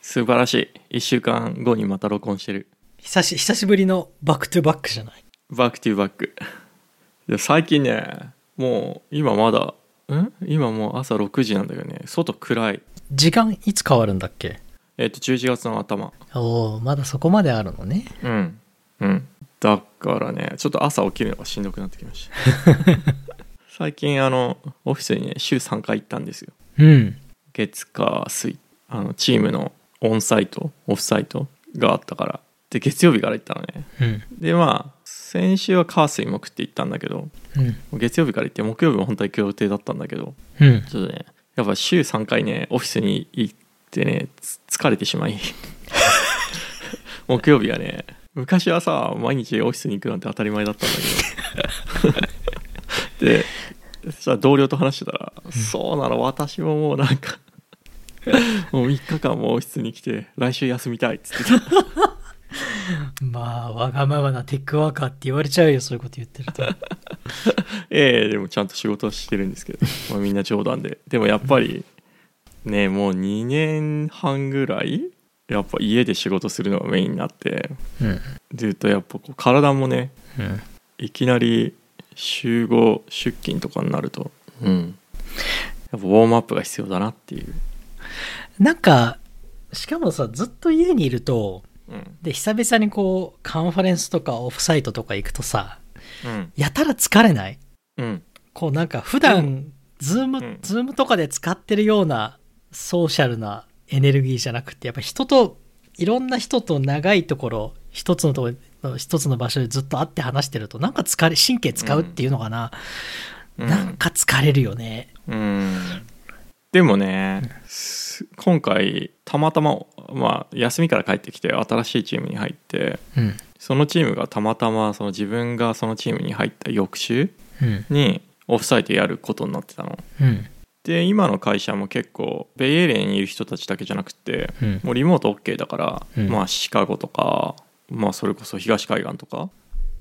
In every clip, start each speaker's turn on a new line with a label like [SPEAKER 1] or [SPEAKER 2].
[SPEAKER 1] 素晴らしい。1週間後にまた録音してる。
[SPEAKER 2] 久し久しぶりのバックトゥバックじゃない
[SPEAKER 1] バックトゥバック。で最近ね、もう今まだ、ん今もう朝6時なんだけどね、外暗い。
[SPEAKER 2] 時間いつ変わるんだっけ
[SPEAKER 1] えっ、と、11月の頭。
[SPEAKER 2] おおまだそこまであるのね
[SPEAKER 1] うん。うん。だからね、ちょっと朝起きるのがしんどくなってきました。 最近、あの、オフィスにね、週3回行ったんですよ。
[SPEAKER 2] うん
[SPEAKER 1] 月火水あのチームのオンサイトオフサイトがあったからで月曜日から行ったのね
[SPEAKER 2] うん
[SPEAKER 1] でまあ先週は火水木って行ったんだけど
[SPEAKER 2] うん
[SPEAKER 1] 月曜日から行って木曜日も本当は行く予定だったんだけど
[SPEAKER 2] うん
[SPEAKER 1] ちょっとねやっぱ週3回ねオフィスに行ってねつ疲れてしまい 木曜日はね昔はさ毎日オフィスに行くなんて当たり前だったんだけどでそしたら同僚と話してたら「そうなの私ももうなんかもう3日間もオフィスに来て来週休みたい」っつってた
[SPEAKER 2] まあわがままなテックワーカーって言われちゃうよそういうこと言ってると
[SPEAKER 1] ええでもちゃんと仕事はしてるんですけど、 まあ、みんな冗談ででもやっぱりねもう2年半ぐらいやっぱ家で仕事するのがメインになって
[SPEAKER 2] うん
[SPEAKER 1] ずっとやっぱこう体もね
[SPEAKER 2] うん
[SPEAKER 1] いきなり週5出勤とかになると、うん、やっぱウォームアップが必要だなっていう、
[SPEAKER 2] なんかしかもさずっと家にいると
[SPEAKER 1] うん
[SPEAKER 2] で久々にこうカンファレンスとかオフサイトとか行くとさ
[SPEAKER 1] うん
[SPEAKER 2] やたら疲れない
[SPEAKER 1] うん、
[SPEAKER 2] こうなんか普段ズーム、
[SPEAKER 1] うん
[SPEAKER 2] ズームとかで使ってるようなソーシャルなエネルギーじゃなくてやっぱ人といろんな人と長いところ一つのところ一つの場所でずっと会って話してるとなんか疲れ神経使うっていうのかな、
[SPEAKER 1] う
[SPEAKER 2] なんか疲れるよね
[SPEAKER 1] うんでもね、す今回たまたま、まあ、休みから帰ってきて新しいチームに入って
[SPEAKER 2] うん
[SPEAKER 1] そのチームがたまたまその自分がそのチームに入った翌週
[SPEAKER 2] うん
[SPEAKER 1] にオフサイトやることになってたの。
[SPEAKER 2] うん
[SPEAKER 1] で今の会社も結構ベイエリアにいる人たちだけじゃなくて
[SPEAKER 2] うん
[SPEAKER 1] もうリモート OK だから、
[SPEAKER 2] うん
[SPEAKER 1] まあシカゴとか、まあ、それこそ東海岸とか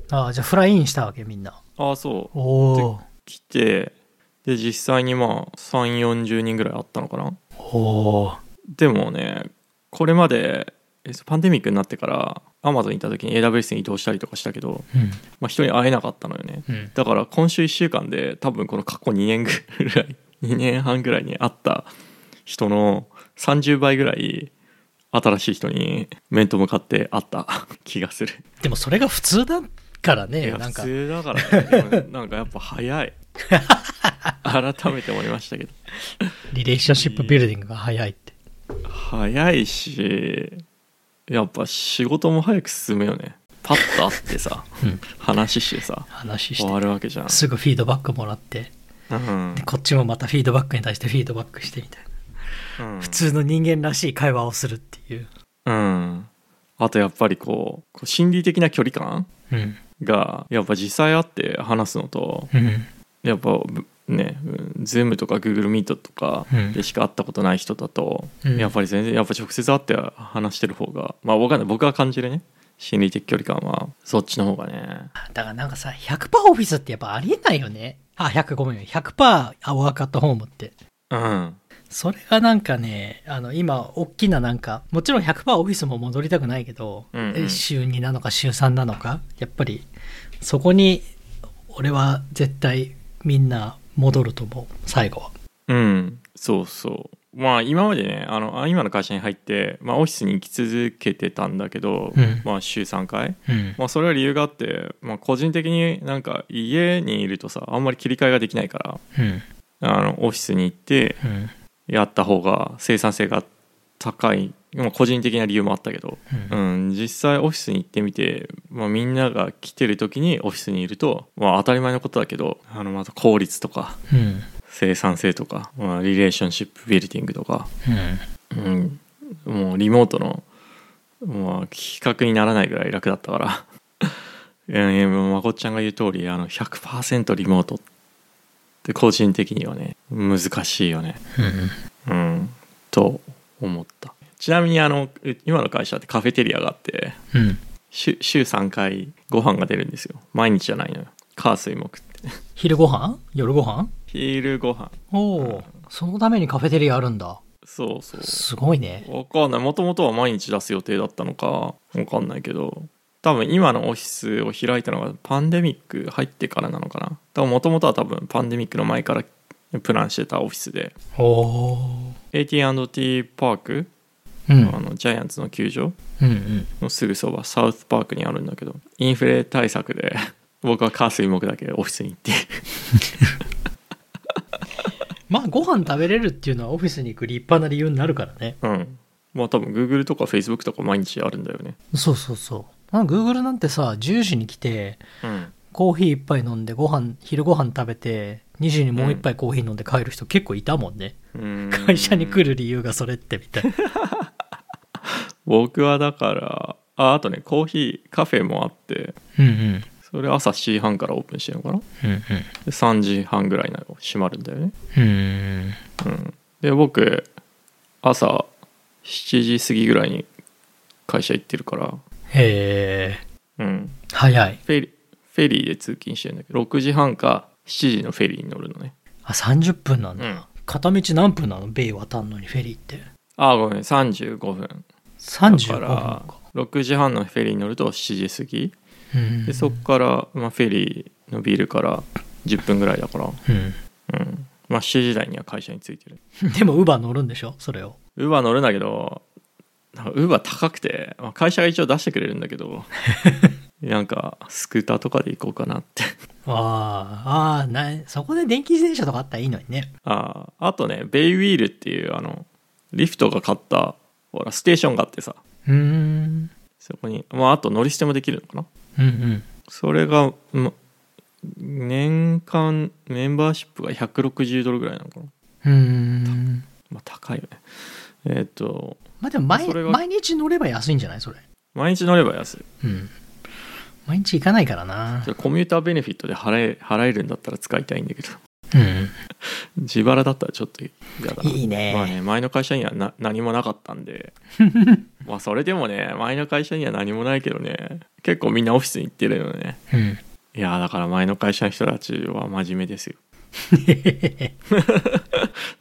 [SPEAKER 2] ああじゃあフライインしたわけみんな
[SPEAKER 1] ああそう
[SPEAKER 2] おお
[SPEAKER 1] 来てで実際にまあ3 4 0人ぐらいあったのかな
[SPEAKER 2] おお
[SPEAKER 1] でもねこれまでえパンデミックになってからアマゾンにいた時に AWS に移動したりとかしたけど、
[SPEAKER 2] うん
[SPEAKER 1] まあ、人に会えなかったのよね
[SPEAKER 2] うん
[SPEAKER 1] だから今週1週間で多分この過去2年ぐらい2年 半ぐらいに会った人の30倍ぐらい新しい人に面と向かって会った 気がする
[SPEAKER 2] でもそれが普通だから
[SPEAKER 1] い
[SPEAKER 2] ね
[SPEAKER 1] や
[SPEAKER 2] なん
[SPEAKER 1] 普
[SPEAKER 2] か
[SPEAKER 1] 通だからね でもなんかやっぱ早い改めて思いましたけど
[SPEAKER 2] リレーションシップビルディングが早いって
[SPEAKER 1] 早いしやっぱ仕事も早く進むよねパッと会ってさ、
[SPEAKER 2] うん
[SPEAKER 1] 話してさ
[SPEAKER 2] 話して
[SPEAKER 1] 終わるわけじゃん、
[SPEAKER 2] すぐフィードバックもらって
[SPEAKER 1] うん
[SPEAKER 2] でこっちもまたフィードバックに対してフィードバックしてみたいな
[SPEAKER 1] うん
[SPEAKER 2] 普通の人間らしい会話をするっていう
[SPEAKER 1] うん、あとやっぱりこうこう心理的な距離感
[SPEAKER 2] うん
[SPEAKER 1] がやっぱ実際会って話すのと
[SPEAKER 2] うん
[SPEAKER 1] やっぱぶね、ズームとか Google Meet とか
[SPEAKER 2] うん
[SPEAKER 1] でしか会ったことない人だと、
[SPEAKER 2] うん
[SPEAKER 1] やっぱり全然やっぱ直接会って話してる方がまあわかんない僕が感じるね心理的距離感はそっちの方がね
[SPEAKER 2] だからなんかさ100%オフィスってやっぱありえないよねあ100ごめん100%アワーカットホームって
[SPEAKER 1] うん
[SPEAKER 2] それがなんかねあの今大きななんかもちろん100%オフィスも戻りたくないけど、
[SPEAKER 1] うんうん
[SPEAKER 2] え週2なのか週3なのかやっぱりそこに俺は絶対みんな戻ると思う最後は
[SPEAKER 1] うん、そうそう。まあ今までねあのあ今の会社に入って、まあ、オフィスに行き続けてたんだけど、
[SPEAKER 2] うん
[SPEAKER 1] まあ週3回、
[SPEAKER 2] うん
[SPEAKER 1] まあ、それは理由があって、まあ、個人的になんか家にいるとさあんまり切り替えができないから
[SPEAKER 2] うん
[SPEAKER 1] あのオフィスに行って
[SPEAKER 2] うん
[SPEAKER 1] やった方が生産性が高い、まあ、個人的な理由もあったけど、
[SPEAKER 2] うん
[SPEAKER 1] うん、実際オフィスに行ってみて、まあ、みんなが来てる時にオフィスにいると、まあ、当たり前のことだけどあのまた効率とか
[SPEAKER 2] うん
[SPEAKER 1] 生産性とか、まあ、リレーションシップビルディングとか、
[SPEAKER 2] うん
[SPEAKER 1] うん、もうリモートの、まあ、比較にならないぐらい楽だったから いやいやもうまこっちゃんが言う通りあの100%リモートって個人的にはね難しいよね、
[SPEAKER 2] うん
[SPEAKER 1] うん、と思ったちなみにあのう今の会社ってカフェテリアがあって
[SPEAKER 2] うん
[SPEAKER 1] 週週3回ご飯が出るんですよ毎日じゃないのよ火水木って
[SPEAKER 2] 昼ご飯夜ご飯
[SPEAKER 1] 昼ご飯
[SPEAKER 2] おお、そのためにカフェテリアあるんだ。
[SPEAKER 1] そうそう
[SPEAKER 2] すごいね。
[SPEAKER 1] わかんないもともとは毎日出す予定だったのかわかんないけど多分今のオフィスを開いたのがパンデミック入ってからなのかな多分もともとは多分パンデミックの前からプランしてたオフィスで
[SPEAKER 2] おお。
[SPEAKER 1] AT&T パーク、
[SPEAKER 2] うん。
[SPEAKER 1] あのジャイアンツの球場
[SPEAKER 2] うんうん。
[SPEAKER 1] のすぐそばサウスパークにあるんだけどインフレ対策で 僕は火水木だけオフィスに行っ て
[SPEAKER 2] まあ、ご飯食べれるっていうのはオフィスに行く立派な理由になるからね。
[SPEAKER 1] うんまあ多分 Google とか Facebook とか毎日あるんだよね
[SPEAKER 2] そうそうそう。なんか Google なんてさ、10時に来て、
[SPEAKER 1] うん
[SPEAKER 2] コーヒー一杯飲んで、ご飯、昼ご飯食べて、2時にもう一杯コーヒー飲んで帰る人結構いたもんね。
[SPEAKER 1] うーん
[SPEAKER 2] 会社に来る理由がそれってみたいな。
[SPEAKER 1] 僕はだからああとねコーヒーカフェもあって
[SPEAKER 2] うんうん。
[SPEAKER 1] それ朝7時半からオープンしてるのかな
[SPEAKER 2] うんうん。
[SPEAKER 1] で3時半ぐらいなの閉まるんだよね
[SPEAKER 2] うん。
[SPEAKER 1] うんで僕朝7時過ぎぐらいに会社行ってるから
[SPEAKER 2] へえ。
[SPEAKER 1] うん
[SPEAKER 2] 早い。
[SPEAKER 1] フェリフェリーで通勤してるんだけど6時半か7時のフェリーに乗るのね
[SPEAKER 2] あ、30分なんだ。
[SPEAKER 1] うん
[SPEAKER 2] 片道何分なの米渡んのにフェリーって。
[SPEAKER 1] ああごめん35分だか
[SPEAKER 2] 35分から
[SPEAKER 1] 6時半のフェリーに乗ると7時過ぎ
[SPEAKER 2] うん
[SPEAKER 1] でそっから、まあ、フェリーのビールから10分ぐらいだから
[SPEAKER 2] うん
[SPEAKER 1] うんまあ7時台には会社に着いてる
[SPEAKER 2] でもウーバー乗るんでしょそれを
[SPEAKER 1] ウーバー乗るんだけどなんかウーバー高くて、まあ、会社が一応出してくれるんだけどなんかスクーターとかで行こうかなって
[SPEAKER 2] あーあーないそこで電気自転車とかあったらいいのにね
[SPEAKER 1] あああとねベイウィールっていうあのリフトが買ったほらステーションがあってさ
[SPEAKER 2] うーん
[SPEAKER 1] そこにまああと乗り捨てもできるのかな
[SPEAKER 2] うんうん
[SPEAKER 1] それが、ま、年間メンバーシップが160ドルぐらいなのかな
[SPEAKER 2] うーん
[SPEAKER 1] まあ高いよねえっ、と
[SPEAKER 2] まあでも毎
[SPEAKER 1] それが
[SPEAKER 2] 毎日乗れば安いんじゃないそれ
[SPEAKER 1] 毎日乗れば安い
[SPEAKER 2] うん毎日行かないからな
[SPEAKER 1] じゃあコミューターベネフィットで払え払えるんだったら使いたいんだけど
[SPEAKER 2] うん
[SPEAKER 1] 自腹だったらちょっと嫌だない
[SPEAKER 2] いね
[SPEAKER 1] まあね前の会社にはな何もなかったんでまあそれでもね前の会社には何もないけどね結構みんなオフィスに行ってるよね
[SPEAKER 2] うん
[SPEAKER 1] いやーだから前の会社の人たちは真面目ですよ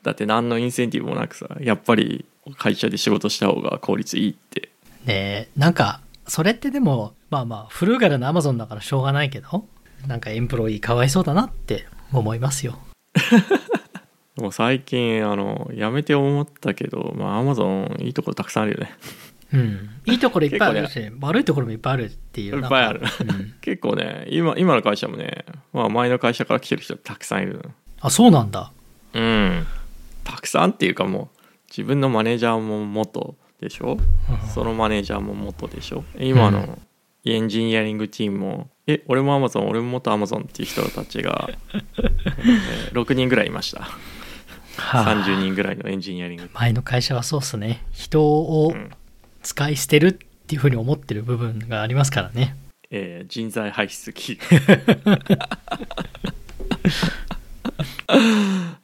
[SPEAKER 1] だって何のインセンティブもなくさやっぱり会社で仕事した方が効率いいって
[SPEAKER 2] ねえなんかそれってでもまあまあフルーガルなアマゾンだからしょうがないけどなんかエンプロイーかわいそうだなって思いますよ
[SPEAKER 1] でも最近あのやめて思ったけどまあアマゾンいいところたくさんあるよね
[SPEAKER 2] うんいいところいっぱいある
[SPEAKER 1] 結
[SPEAKER 2] し、悪いところもいっぱいあるっていう
[SPEAKER 1] い
[SPEAKER 2] な
[SPEAKER 1] っ
[SPEAKER 2] んか
[SPEAKER 1] ぱいある
[SPEAKER 2] うん
[SPEAKER 1] 結構ね今今の会社もね、まあ、前の会社から来てる人たくさんいる
[SPEAKER 2] あそうなんだ
[SPEAKER 1] のうんたくさんっていうかもう自分のマネージャーも元でしょそのマネージャーも元でしょ今
[SPEAKER 2] う
[SPEAKER 1] のエンジニアリングチームもえ俺もアマゾン俺も元アマゾンっていう人たちが、えー6人ぐらいいました
[SPEAKER 2] はあ
[SPEAKER 1] 30人ぐらいのエンジニアリング
[SPEAKER 2] 前の会社はそうっすね人を
[SPEAKER 1] うん
[SPEAKER 2] 使い捨てるっていうふうに思ってる部分がありますからね
[SPEAKER 1] えー人材排出期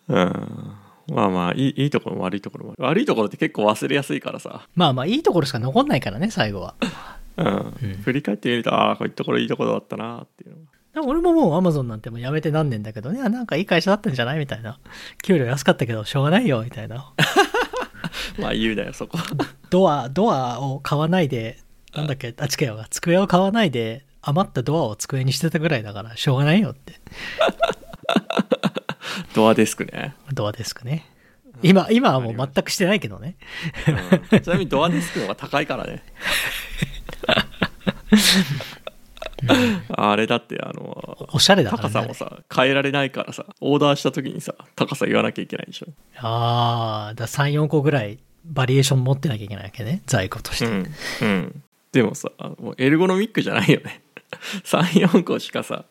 [SPEAKER 1] うんまあまあいいいいところも悪いところもある悪いところって結構忘れやすいからさ、
[SPEAKER 2] まあまあいいところしか残んないからね最後は
[SPEAKER 1] うん
[SPEAKER 2] ん
[SPEAKER 1] 振り返ってみるとああこういうところいいところだったなっていうのが
[SPEAKER 2] でも俺ももうアマゾンなんてもうやめて何年だけどねあなんかいい会社だったんじゃないみたいな給料安かったけどしょうがないよみた いな
[SPEAKER 1] まあ言うなよそこ
[SPEAKER 2] ドアドアを買わないでなんだっけあ違うわ机を買わないで余ったドアを机にしてたぐらいだからしょうがないよって
[SPEAKER 1] ドアデスクね、
[SPEAKER 2] ドアデスクね今今はも
[SPEAKER 1] ありま
[SPEAKER 2] う
[SPEAKER 1] す
[SPEAKER 2] 全くしてないけどね
[SPEAKER 1] うんちなみにドアデスクの方が高いからね あれだってあの
[SPEAKER 2] おしゃれだから
[SPEAKER 1] 高
[SPEAKER 2] ね
[SPEAKER 1] さもさ変えられないからさオーダーした時にさ高さ言わなきゃいけないでしょ
[SPEAKER 2] ああ、だ3、4個ぐらいバリエーション持ってなきゃいけないわけね。在庫とし
[SPEAKER 1] う
[SPEAKER 2] て。
[SPEAKER 1] ん、うん、でもさもうエルゴノミックじゃないよね 34個しかさ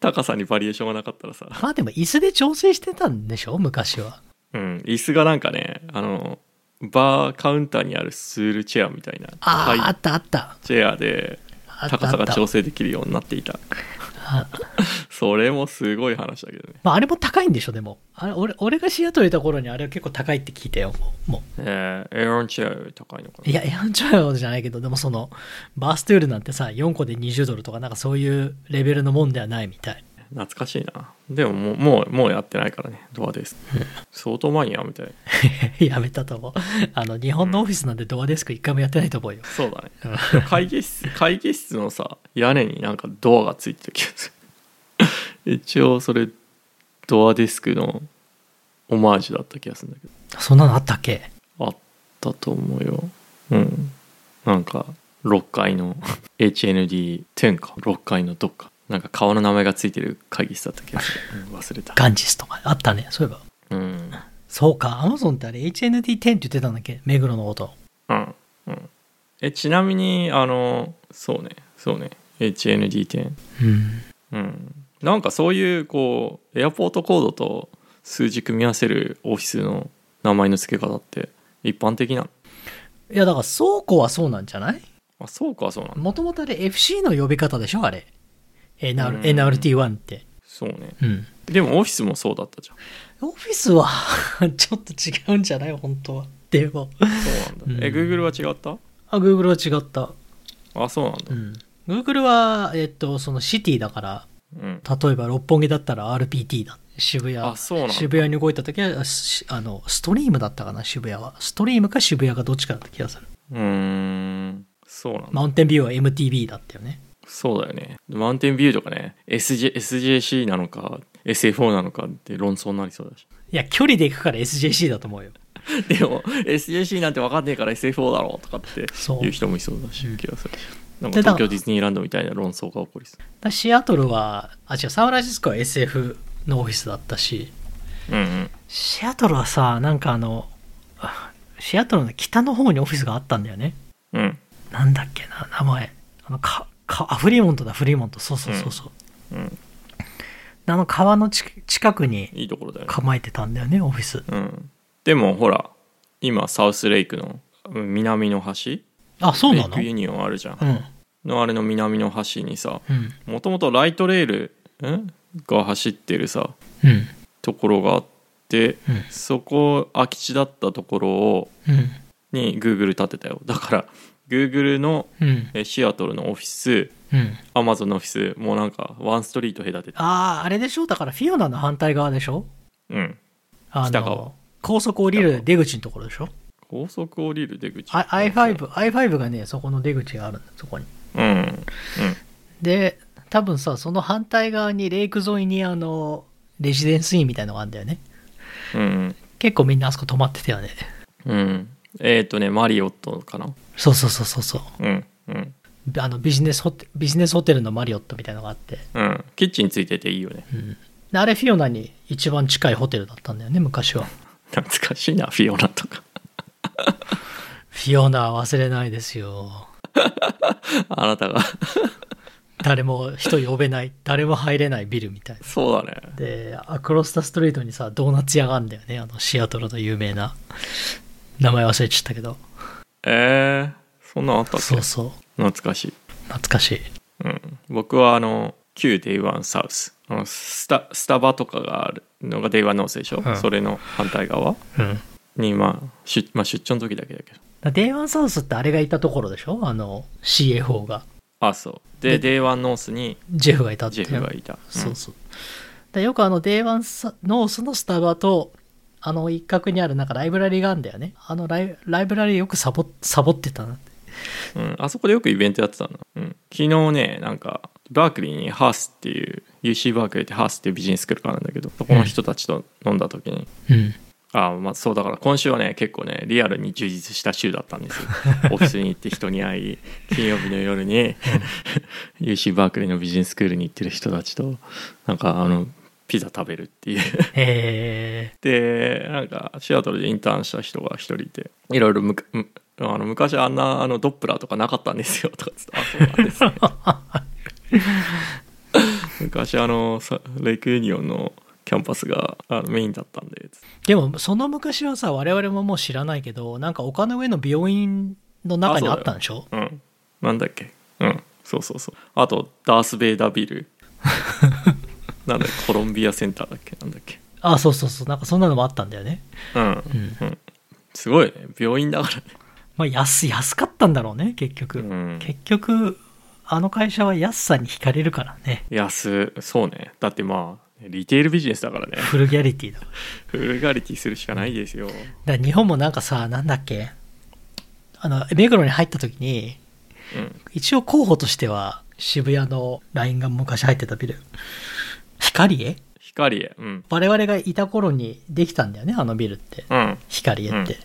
[SPEAKER 1] 高さにバリエーションがなかったらさ、
[SPEAKER 2] まあでも椅子で調整してたんでしょ昔は。
[SPEAKER 1] うん、椅子がなんかねあのバーカウンターにあるスールチェアみたいな
[SPEAKER 2] ああ、あ
[SPEAKER 1] 高い
[SPEAKER 2] ったあった。
[SPEAKER 1] チェアで
[SPEAKER 2] あった
[SPEAKER 1] 高さ
[SPEAKER 2] あ
[SPEAKER 1] が
[SPEAKER 2] った
[SPEAKER 1] 調。整できるようになっていた
[SPEAKER 2] あ
[SPEAKER 1] それもすごい話だけどね
[SPEAKER 2] まああれも高いんでしょでも。あれ、俺、俺がシアトルいた頃にあれは結構高いって聞いたよ。もう。も
[SPEAKER 1] えーエアロンチェアより高いのか
[SPEAKER 2] うい
[SPEAKER 1] な
[SPEAKER 2] や、エアンチョヨじゃないけど、でもその、バーストゥールなんてさ、4個で20ドルとかなんかそういうレベルのもんではないみたい。
[SPEAKER 1] 懐かしいなでももうもうもうやってないからねドアデスク相当前にやめたい
[SPEAKER 2] やめたと思う。あの、日本のオフィスなんでドアデスク一回もやってないと思うよ。
[SPEAKER 1] そうだね
[SPEAKER 2] うん
[SPEAKER 1] 会議室会議室のさ屋根になんかドアがついてる気がする 一応それドアデスクのオマージュだった気がするんだけ
[SPEAKER 2] そんなのあったっけ
[SPEAKER 1] どあったと思うようんなんか6階の HND10 か6階のどっかなんか顔の名前がついてる会議室だった気がする、うん忘れた
[SPEAKER 2] ガンジスとかあったね。そういえば。
[SPEAKER 1] うん
[SPEAKER 2] そうか、アマゾンってあれ HND10 って言ってたんだっけ目黒のこと。
[SPEAKER 1] うんうんえちなみにあのそうねそうね HND10
[SPEAKER 2] うん。
[SPEAKER 1] うん、なんかそういうこうエアポートコードと数字組み合わせるオフィスの名前の付け方って一般的ない
[SPEAKER 2] や、だから倉庫はそうなんじゃない
[SPEAKER 1] あそうかそうなんだ
[SPEAKER 2] もともとあれ FC の呼び方でしょあれ。
[SPEAKER 1] う
[SPEAKER 2] NR
[SPEAKER 1] ん
[SPEAKER 2] NRT1 って。
[SPEAKER 1] そうね
[SPEAKER 2] うん。
[SPEAKER 1] でもオフィスもそうだったじゃん
[SPEAKER 2] オフィスは ちょっと違うんじゃない本当は。でも。
[SPEAKER 1] そうなんだ、え
[SPEAKER 2] うん
[SPEAKER 1] Google は違った
[SPEAKER 2] あ、Google は違った。
[SPEAKER 1] あそうなんだ
[SPEAKER 2] う、ん。Google は、えっと、そのシティだから、
[SPEAKER 1] うん、
[SPEAKER 2] 例えば六本木だったら RPT だ。渋
[SPEAKER 1] あ
[SPEAKER 2] 谷。
[SPEAKER 1] そうなんだ
[SPEAKER 2] 渋谷に動いた時は、しあの、ストリームだったかな、渋谷は。ストリームか渋谷かどっちかだった気がする。
[SPEAKER 1] うーんそうなんだ、
[SPEAKER 2] マウンテンビューは MTB だったよね。
[SPEAKER 1] そうだよねマウンテンビューとかね SJ SJC なのか SFO なのかって論争になりそうだし
[SPEAKER 2] いや、距離で行くから SJC だと思うよ。
[SPEAKER 1] でも SJC なんて分かんねえから SFO だろうとかって
[SPEAKER 2] そう
[SPEAKER 1] 言う人もいそうだし気がするなんか
[SPEAKER 2] でだ
[SPEAKER 1] 東京ディズニーランドみたいな論争が起こりそ
[SPEAKER 2] だシアトルは、あ、違う、サンフランシスコは SF のオフィスだったし、
[SPEAKER 1] ううんうん
[SPEAKER 2] シアトルはさ、なんかあの、あシアトルの北の方にオフィスがあったんだよね。
[SPEAKER 1] うん
[SPEAKER 2] なんだっけな、名前。あの、か、か、あ、フリーモントだ、フリーモント。そうそうそうそう。
[SPEAKER 1] うん
[SPEAKER 2] あの、川のち近くに
[SPEAKER 1] いいところだよね、
[SPEAKER 2] 構えてたんだよね、オフィス。
[SPEAKER 1] うん、でもほら今サウスレイクのうん南の端
[SPEAKER 2] あ、そうな
[SPEAKER 1] レイ
[SPEAKER 2] の
[SPEAKER 1] クユニオンあるじゃん
[SPEAKER 2] うん。
[SPEAKER 1] のあれの南の端にさ
[SPEAKER 2] うん。
[SPEAKER 1] もともとライトレールんが走ってるさ
[SPEAKER 2] うん。
[SPEAKER 1] ところがあって、
[SPEAKER 2] うん
[SPEAKER 1] そこ空き地だったところを
[SPEAKER 2] うん。
[SPEAKER 1] に Google 建てたよだから Google の
[SPEAKER 2] うん。
[SPEAKER 1] えシアトルのオフィス
[SPEAKER 2] うん。
[SPEAKER 1] アマゾンのオフィスもうなんかワンストリート隔てて
[SPEAKER 2] ああ、あれでしょだからフィオナの反対側でしょ
[SPEAKER 1] うん
[SPEAKER 2] あ
[SPEAKER 1] 北側
[SPEAKER 2] の、高速降り
[SPEAKER 1] 北
[SPEAKER 2] る
[SPEAKER 1] 側
[SPEAKER 2] 出口のところでしょ
[SPEAKER 1] 高速降りる出口
[SPEAKER 2] I- ?i5、i5 がね、そこの出口があるんだ、そこに。
[SPEAKER 1] うんうん
[SPEAKER 2] で、多分さ、その反対側にレイク沿いにあの、レジデンスインみたいのがあるんだよね。
[SPEAKER 1] うん
[SPEAKER 2] 結構みんなあそこ泊まってたよね。
[SPEAKER 1] うんえっ、とねマリオットかな
[SPEAKER 2] そうそうそうそうそう。
[SPEAKER 1] うんうん
[SPEAKER 2] あのビジネスホテビジネスホテルのマリオットみたいのがあって、
[SPEAKER 1] うんキッチンついてていいよね
[SPEAKER 2] うん、であれフィオナに一番近いホテルだったんだよね昔は
[SPEAKER 1] 懐かしいなフィオナとか
[SPEAKER 2] フィオナは忘れないですよ
[SPEAKER 1] あなたが
[SPEAKER 2] 誰も人呼べない誰も入れないビルみたいな
[SPEAKER 1] そうだね
[SPEAKER 2] でアクロスタストリートにさドーナツ屋があるんだよねあのシアトルの有名な名前忘れちゃったけど
[SPEAKER 1] えー、そんなんあったっけ
[SPEAKER 2] そうそう
[SPEAKER 1] 懐かしい、
[SPEAKER 2] 懐かしい
[SPEAKER 1] うん、僕はあの旧 Day1 サウスあのスタスタバとかがあるのが Day1 ノースでしょ、
[SPEAKER 2] うん
[SPEAKER 1] それの反対側
[SPEAKER 2] うん
[SPEAKER 1] に、まあ、出まあ出張の時だけだけど
[SPEAKER 2] デイワンサウスってあれがいたところでしょあの CFO が
[SPEAKER 1] あそうで Day1 ノースに
[SPEAKER 2] ジェフがいたって
[SPEAKER 1] ジェフがいた、
[SPEAKER 2] そうそう。でよくあの、デイワンサノースのスタバと、あの一角にあるなんかライブラリーがあるんだよね。あのライライブラリーよくサボサボってたなって。
[SPEAKER 1] うんうんあそこでよくイベントやってたの、うん、昨日ねなんかバークリーにハースっていう UC バークリーってハースっていうビジネスクールがあるんだけどそこの人たちと飲んだ時に、
[SPEAKER 2] うん。
[SPEAKER 1] あまあそうだから今週はね結構ねリアルに充実した週だったんです よオフィスに行って人に会い金曜日の夜 に UC バークリーのビジネススクールに行ってる人たちとなんかあのピザ食べるっていう
[SPEAKER 2] え
[SPEAKER 1] でなんかシアトルでインターンした人が一人いていろいろむかむあの昔あんなあのドップラーとかなかったんですよとかつ ってあそうなんですね昔あのさレイクユニオンのキャンパスがあのメインだったんでつって
[SPEAKER 2] ーでも、その昔はさ、我々ももう知らないけど、なんか丘の上の病院の中にあったんでしょ
[SPEAKER 1] うんなんだっけうんそうそうそうあとダース・ベイダービル なんだっけコロンビアセンターだっけなんだっけ
[SPEAKER 2] あ、そうそうそう。なんかそんなのもあったんだよね。
[SPEAKER 1] うん、
[SPEAKER 2] ん
[SPEAKER 1] うん、すごいね病院だからね
[SPEAKER 2] まあ、安、安かったんだろうね、結局。
[SPEAKER 1] うん
[SPEAKER 2] 結局、あの会社は安さに惹かれるからね。
[SPEAKER 1] 安そうねだってまあリテールビジネスだからね
[SPEAKER 2] フルギャリティだ。だか
[SPEAKER 1] フルガリティするしかないですよ
[SPEAKER 2] ら日本もなんかさ、なんだっけあの、目黒に入った時に、
[SPEAKER 1] うん
[SPEAKER 2] 一応候補としては渋谷のラインが昔入ってたビル。光栄
[SPEAKER 1] 光へうん
[SPEAKER 2] 我々がいた頃にできたんだよね、あのビルって。
[SPEAKER 1] うん
[SPEAKER 2] 光栄って。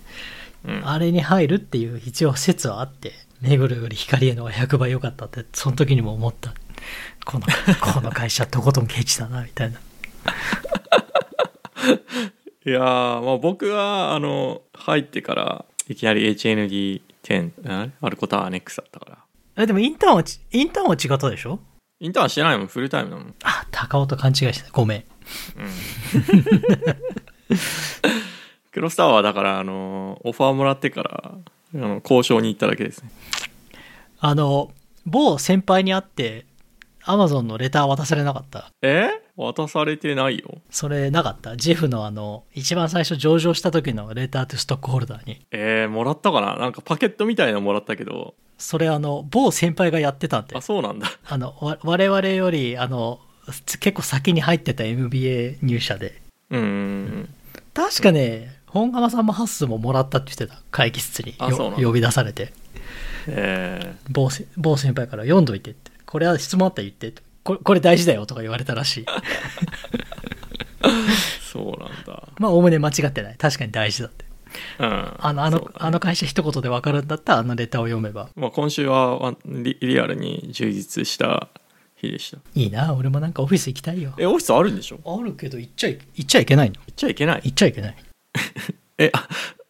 [SPEAKER 1] うん
[SPEAKER 2] あれに入るっていう一応説はあって、目黒より光栄の方が100倍良かったって、その時にも思った。 この、この会社とことんケチだな、みたいな。
[SPEAKER 1] いやー、まあ、僕はあの入ってからいきなり HND10 あれアルコターアネックスだったから
[SPEAKER 2] え、でもインターンはち、インターンは違ったでしょ
[SPEAKER 1] インターンしてないもんフルタイムだもん
[SPEAKER 2] あ、高尾と勘違いしてた。ごめん。
[SPEAKER 1] クロスタワーはだからあのオファーもらってからあの交渉に行っただけですね
[SPEAKER 2] あの、某先輩に会って、アマゾンのレター渡されなかった。
[SPEAKER 1] え渡されてないよ
[SPEAKER 2] それなかった。ジェフのあの、一番最初上場した時のレタートゥストックホルダーに。
[SPEAKER 1] えー、もらったかななんかパケットみたいのもらったけど
[SPEAKER 2] それあの、某先輩がやってたんで
[SPEAKER 1] あ。そうなんだ
[SPEAKER 2] あの、わ我々より、あの、つ結構先に入ってた MBA 入社で。
[SPEAKER 1] うんうんうん
[SPEAKER 2] 確かね、本釜さんもハッスももらったって言ってた。会議室に
[SPEAKER 1] あそう
[SPEAKER 2] よ
[SPEAKER 1] なんだ
[SPEAKER 2] 呼び出されて。
[SPEAKER 1] え
[SPEAKER 2] 某せ某先輩から読んどいてって。これは質問あったら言ってと。これこれ大事だよとか言われたら しい。
[SPEAKER 1] ー、そうなんだ
[SPEAKER 2] まあ、おおむね間違ってない。確かに大事だって。
[SPEAKER 1] うん
[SPEAKER 2] あの、あの、
[SPEAKER 1] そうだね
[SPEAKER 2] あの会社一言で分かるんだったら、あのレターを読めば。
[SPEAKER 1] まあ、今週はあリリアルに充実した日でした
[SPEAKER 2] いいな、俺もなんかオフィス行きたいよ。
[SPEAKER 1] えオフィスあるんでしょ
[SPEAKER 2] あるけど、行っちゃい、行っちゃいけないの
[SPEAKER 1] 行っちゃいけない
[SPEAKER 2] 行っちゃいけない。
[SPEAKER 1] えあ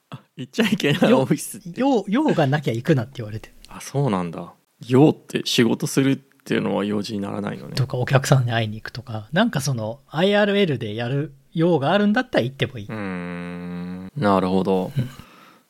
[SPEAKER 1] あ行っちゃいけない
[SPEAKER 2] よ
[SPEAKER 1] オフィスって
[SPEAKER 2] 用、用がなきゃ行くなって言われて。
[SPEAKER 1] あそうなんだ用って仕事するっていうのは用事にならないのね
[SPEAKER 2] とか、お客さんに会いに行くとか、なんかその、IRL でやる用があるんだったら行ってもいいう
[SPEAKER 1] ー。んなるほど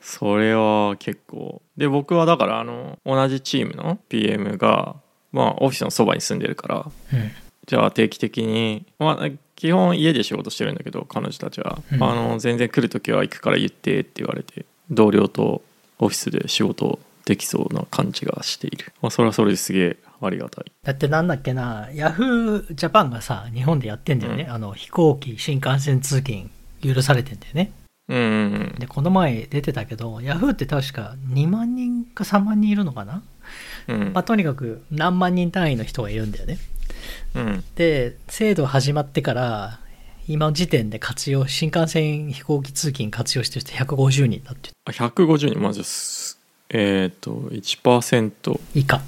[SPEAKER 1] それは結構で僕はだからあの同じチームの PM がまあオフィスのそばに住んでるから
[SPEAKER 2] うん。
[SPEAKER 1] じゃあ定期的にまあ基本家で仕事してるんだけど彼女たちは、
[SPEAKER 2] うん
[SPEAKER 1] あの全然来る時は行くから言ってって言われて同僚とオフィスで仕事できそうな感じがしている、まあ、それはそれですげえありがたい
[SPEAKER 2] だってなんだっけな、ヤフージャパンがさ、日本でやってんだよね。あの、飛行機、新幹線通勤、許されてんだよね。
[SPEAKER 1] うんうんうん
[SPEAKER 2] で、この前出てたけど、ヤフーって確か2万人か3万人いるのかな、
[SPEAKER 1] うん
[SPEAKER 2] まあ、とにかく何万人単位の人がいるんだよね。
[SPEAKER 1] うん
[SPEAKER 2] で、制度始まってから、今の時点で活用、新幹線、飛行機通勤活用してる人150人だって。
[SPEAKER 1] あ150人まずすえっ、ー、と1%
[SPEAKER 2] 以下。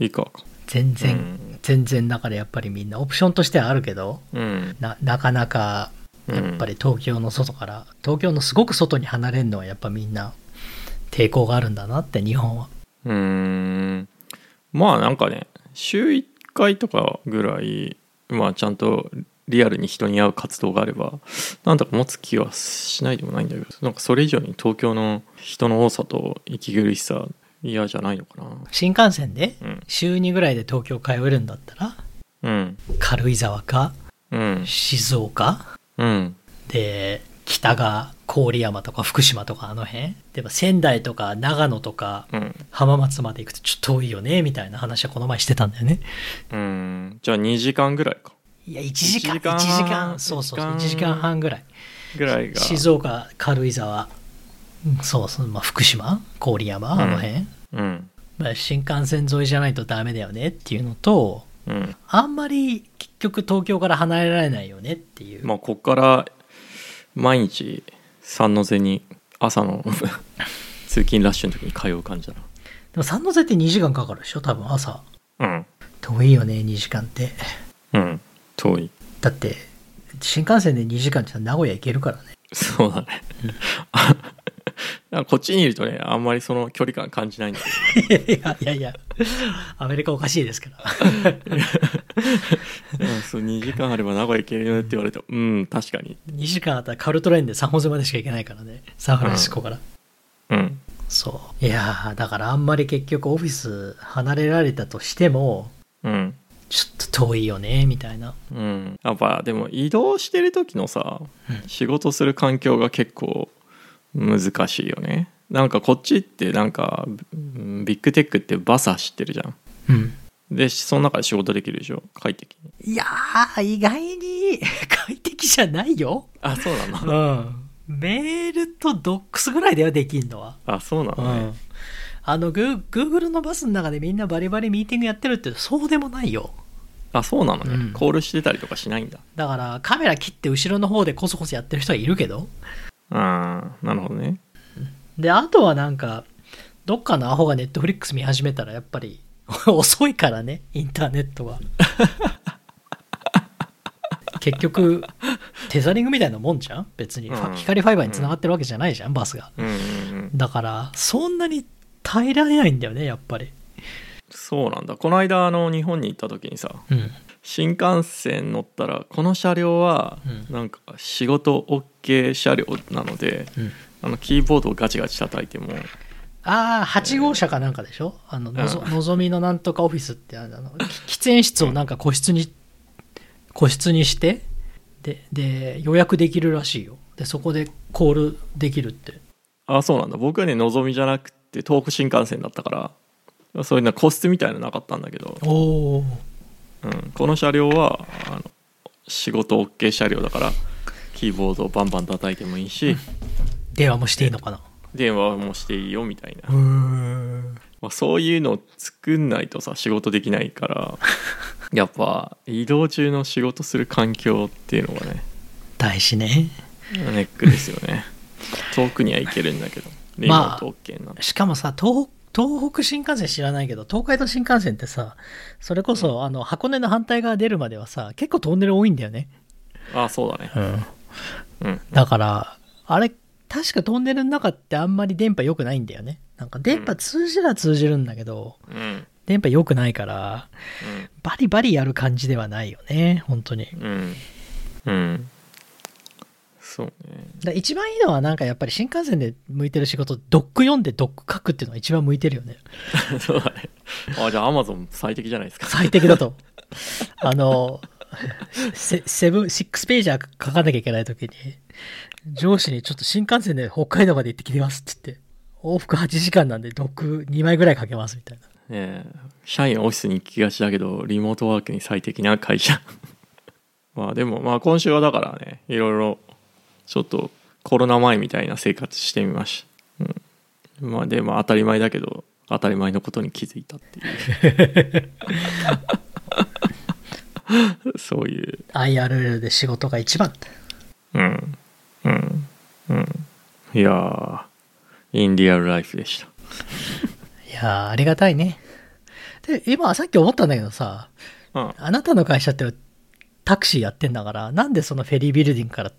[SPEAKER 1] 以下か
[SPEAKER 2] 全然、
[SPEAKER 1] うん
[SPEAKER 2] 全然だからやっぱりみんな、オプションとしてはあるけど、
[SPEAKER 1] うん
[SPEAKER 2] な、なかなか
[SPEAKER 1] うん
[SPEAKER 2] やっぱり東京の外から、東京のすごく外に離れるのはやっぱみんな抵抗があるんだなって日本は。
[SPEAKER 1] うーんまあなんかね週1回とかぐらいまあちゃんとリアルに人に会う活動があればなんだか持つ気はしないでもないんだけどなんかそれ以上に東京の人の多さと息苦しさ嫌じゃないのかな
[SPEAKER 2] 新幹線で
[SPEAKER 1] うん
[SPEAKER 2] 週2ぐらいで東京通えるんだったら、
[SPEAKER 1] うん
[SPEAKER 2] 軽井沢か
[SPEAKER 1] うん
[SPEAKER 2] 静岡
[SPEAKER 1] うん
[SPEAKER 2] で、北が郡山とか福島とかあの辺でも仙台とか長野とか
[SPEAKER 1] うん
[SPEAKER 2] 浜松まで行くとちょっと遠いよねみたいな話はこの前してたんだよね。
[SPEAKER 1] うんじゃあ2時間ぐらいか
[SPEAKER 2] いや、1時間、
[SPEAKER 1] 一時
[SPEAKER 2] 1
[SPEAKER 1] 間半
[SPEAKER 2] 時間、そうそうそう、1時間半ぐらい。
[SPEAKER 1] ぐらいが
[SPEAKER 2] 静岡軽井沢うんそうそう、まあ、福島郡山
[SPEAKER 1] ん
[SPEAKER 2] あの辺、
[SPEAKER 1] うん
[SPEAKER 2] まあ、新幹線沿いじゃないとダメだよねっていうのと
[SPEAKER 1] うん
[SPEAKER 2] あんまり結局東京から離れられないよねっていう、
[SPEAKER 1] まあこっから毎日三ノ瀬に朝の 通勤ラッシュの時に通う感じだ
[SPEAKER 2] でも三ノ瀬って2時間かかるでしょ多分朝
[SPEAKER 1] なうん
[SPEAKER 2] 遠いよね2時間って
[SPEAKER 1] うん遠い
[SPEAKER 2] だって新幹線で2時間って名古屋行けるからね
[SPEAKER 1] そうだね だからこっちにいるとねあんまりその距離感感じないんだけど
[SPEAKER 2] いやいやいやアメリカおかしいです から
[SPEAKER 1] うんそう2時間あれば名古屋行けるよねって言われてうん確かに
[SPEAKER 2] 2時間あったらカルトラインでサンホゼまでしか行けないからねサンフランシスコから、
[SPEAKER 1] うん
[SPEAKER 2] そういやーだからあんまり結局オフィス離れられたとしても
[SPEAKER 1] うん
[SPEAKER 2] ちょっと遠いよねみたいな
[SPEAKER 1] うんやっぱでも移動してる時のさ
[SPEAKER 2] うん
[SPEAKER 1] 仕事する環境が結構難しいよねなんかこっちってなんかうんビッグテックってバス走ってるじゃん
[SPEAKER 2] うん
[SPEAKER 1] でその中で仕事できるでしょ快適に
[SPEAKER 2] いやー、意外に快適じゃないよ。
[SPEAKER 1] あそうなの
[SPEAKER 2] うん。メールとドックスぐらいだよ、できんのは。
[SPEAKER 1] あそうな
[SPEAKER 2] う
[SPEAKER 1] のね、
[SPEAKER 2] ん。あの、グー Google のバスの中でみんなバリバリミーティングやってるって、そうでもないよ。
[SPEAKER 1] あそうなのね、
[SPEAKER 2] うん
[SPEAKER 1] コールしてたりとかしないんだ
[SPEAKER 2] だから、カメラ切って後ろの方でコソコソやってる人はいるけど。
[SPEAKER 1] ああなるほどね
[SPEAKER 2] で、あとはなんか、どっかのアホがネットフリックス見始めたら、やっぱり 遅いからね、インターネットは。 結局、テザリングみたいなもんじゃん別に、
[SPEAKER 1] うん
[SPEAKER 2] 光ファイバーに繋がってるわけじゃないじゃん、バスが。
[SPEAKER 1] うんうんうん
[SPEAKER 2] だから、そんなに耐えられないんだよね、やっぱり。
[SPEAKER 1] そうなんだこの間あの日本に行った時にさ
[SPEAKER 2] うん。
[SPEAKER 1] 新幹線乗ったらこの車両は
[SPEAKER 2] うん
[SPEAKER 1] なんか仕事 OK 車両なので、
[SPEAKER 2] うん
[SPEAKER 1] あのキーボードをガチガチ叩いても
[SPEAKER 2] ああ、8号車かなんかでしょあののぞ、のぞみのなんとかオフィスってあの、あのき喫煙室をなんか個室に、個室にして、で、で、予約できるらしいよ。で、そこでコールできるって。
[SPEAKER 1] あそうなんだ僕はねのぞみじゃなくて東北新幹線だったからそういうの個室みたいなのなかったんだけど、
[SPEAKER 2] おお。
[SPEAKER 1] うん、この車両はあの仕事 OK 車両だからキーボードをバンバン叩いてもいいし、
[SPEAKER 2] 電話もしていいのかな
[SPEAKER 1] 電話もしていいよみたいな、
[SPEAKER 2] うん。
[SPEAKER 1] まあ、そういうのを作んないとさ仕事できないから やっぱ移動中の仕事する環境っていうのがね
[SPEAKER 2] 大事ね。
[SPEAKER 1] ネックですよね遠くには行けるんだけどリモ
[SPEAKER 2] まあ
[SPEAKER 1] ート OK になって、
[SPEAKER 2] しかもさ、東北、東北新幹線知らないけど、東海道新幹線ってさ、それこそ、あの、箱根の反対側出るまではさ、結構トンネル多いんだよね。
[SPEAKER 1] ああそうだね
[SPEAKER 2] うん。
[SPEAKER 1] うん
[SPEAKER 2] だから、あれ、確かトンネルの中ってあんまり電波良くないんだよね。なんか電波通じるは通じるんだけど、
[SPEAKER 1] うんうん
[SPEAKER 2] 電波良くないから、バリバリやる感じではないよね、本当に。
[SPEAKER 1] うんうんそうね
[SPEAKER 2] だ一番いいのはなんかやっぱり新幹線で向いてる仕事、ドック読んでドック書くっていうのが一番向いてるよね。
[SPEAKER 1] そうだね。あ、じゃあ Amazon 最適じゃないですか。
[SPEAKER 2] 最適だと。 あの、セセブン、シックスページャー書かなきゃいけないときに、上司にちょっと新幹線で北海道まで行ってきてますって言って、往復8時間なんでドック2枚ぐらい書けますみたいな。
[SPEAKER 1] ねえ社員オフィスに行きがちだけど、リモートワークに最適な会社。 まあでも、まあ今週はだからね、いろいろ、ちょっとコロナ前みたいな生活してみました。うん。まあでも当たり前だけど、当たり前のことに気づいたって いう。そういう、
[SPEAKER 2] IRL で仕事が一番
[SPEAKER 1] うん、うん、うん。いやー、インディアルライフでした。
[SPEAKER 2] いやーありがたいねで今さっき思ったんだけどさ
[SPEAKER 1] うん
[SPEAKER 2] あなたの会社ってタクシーやってんだからなんでそのフェリービルディングから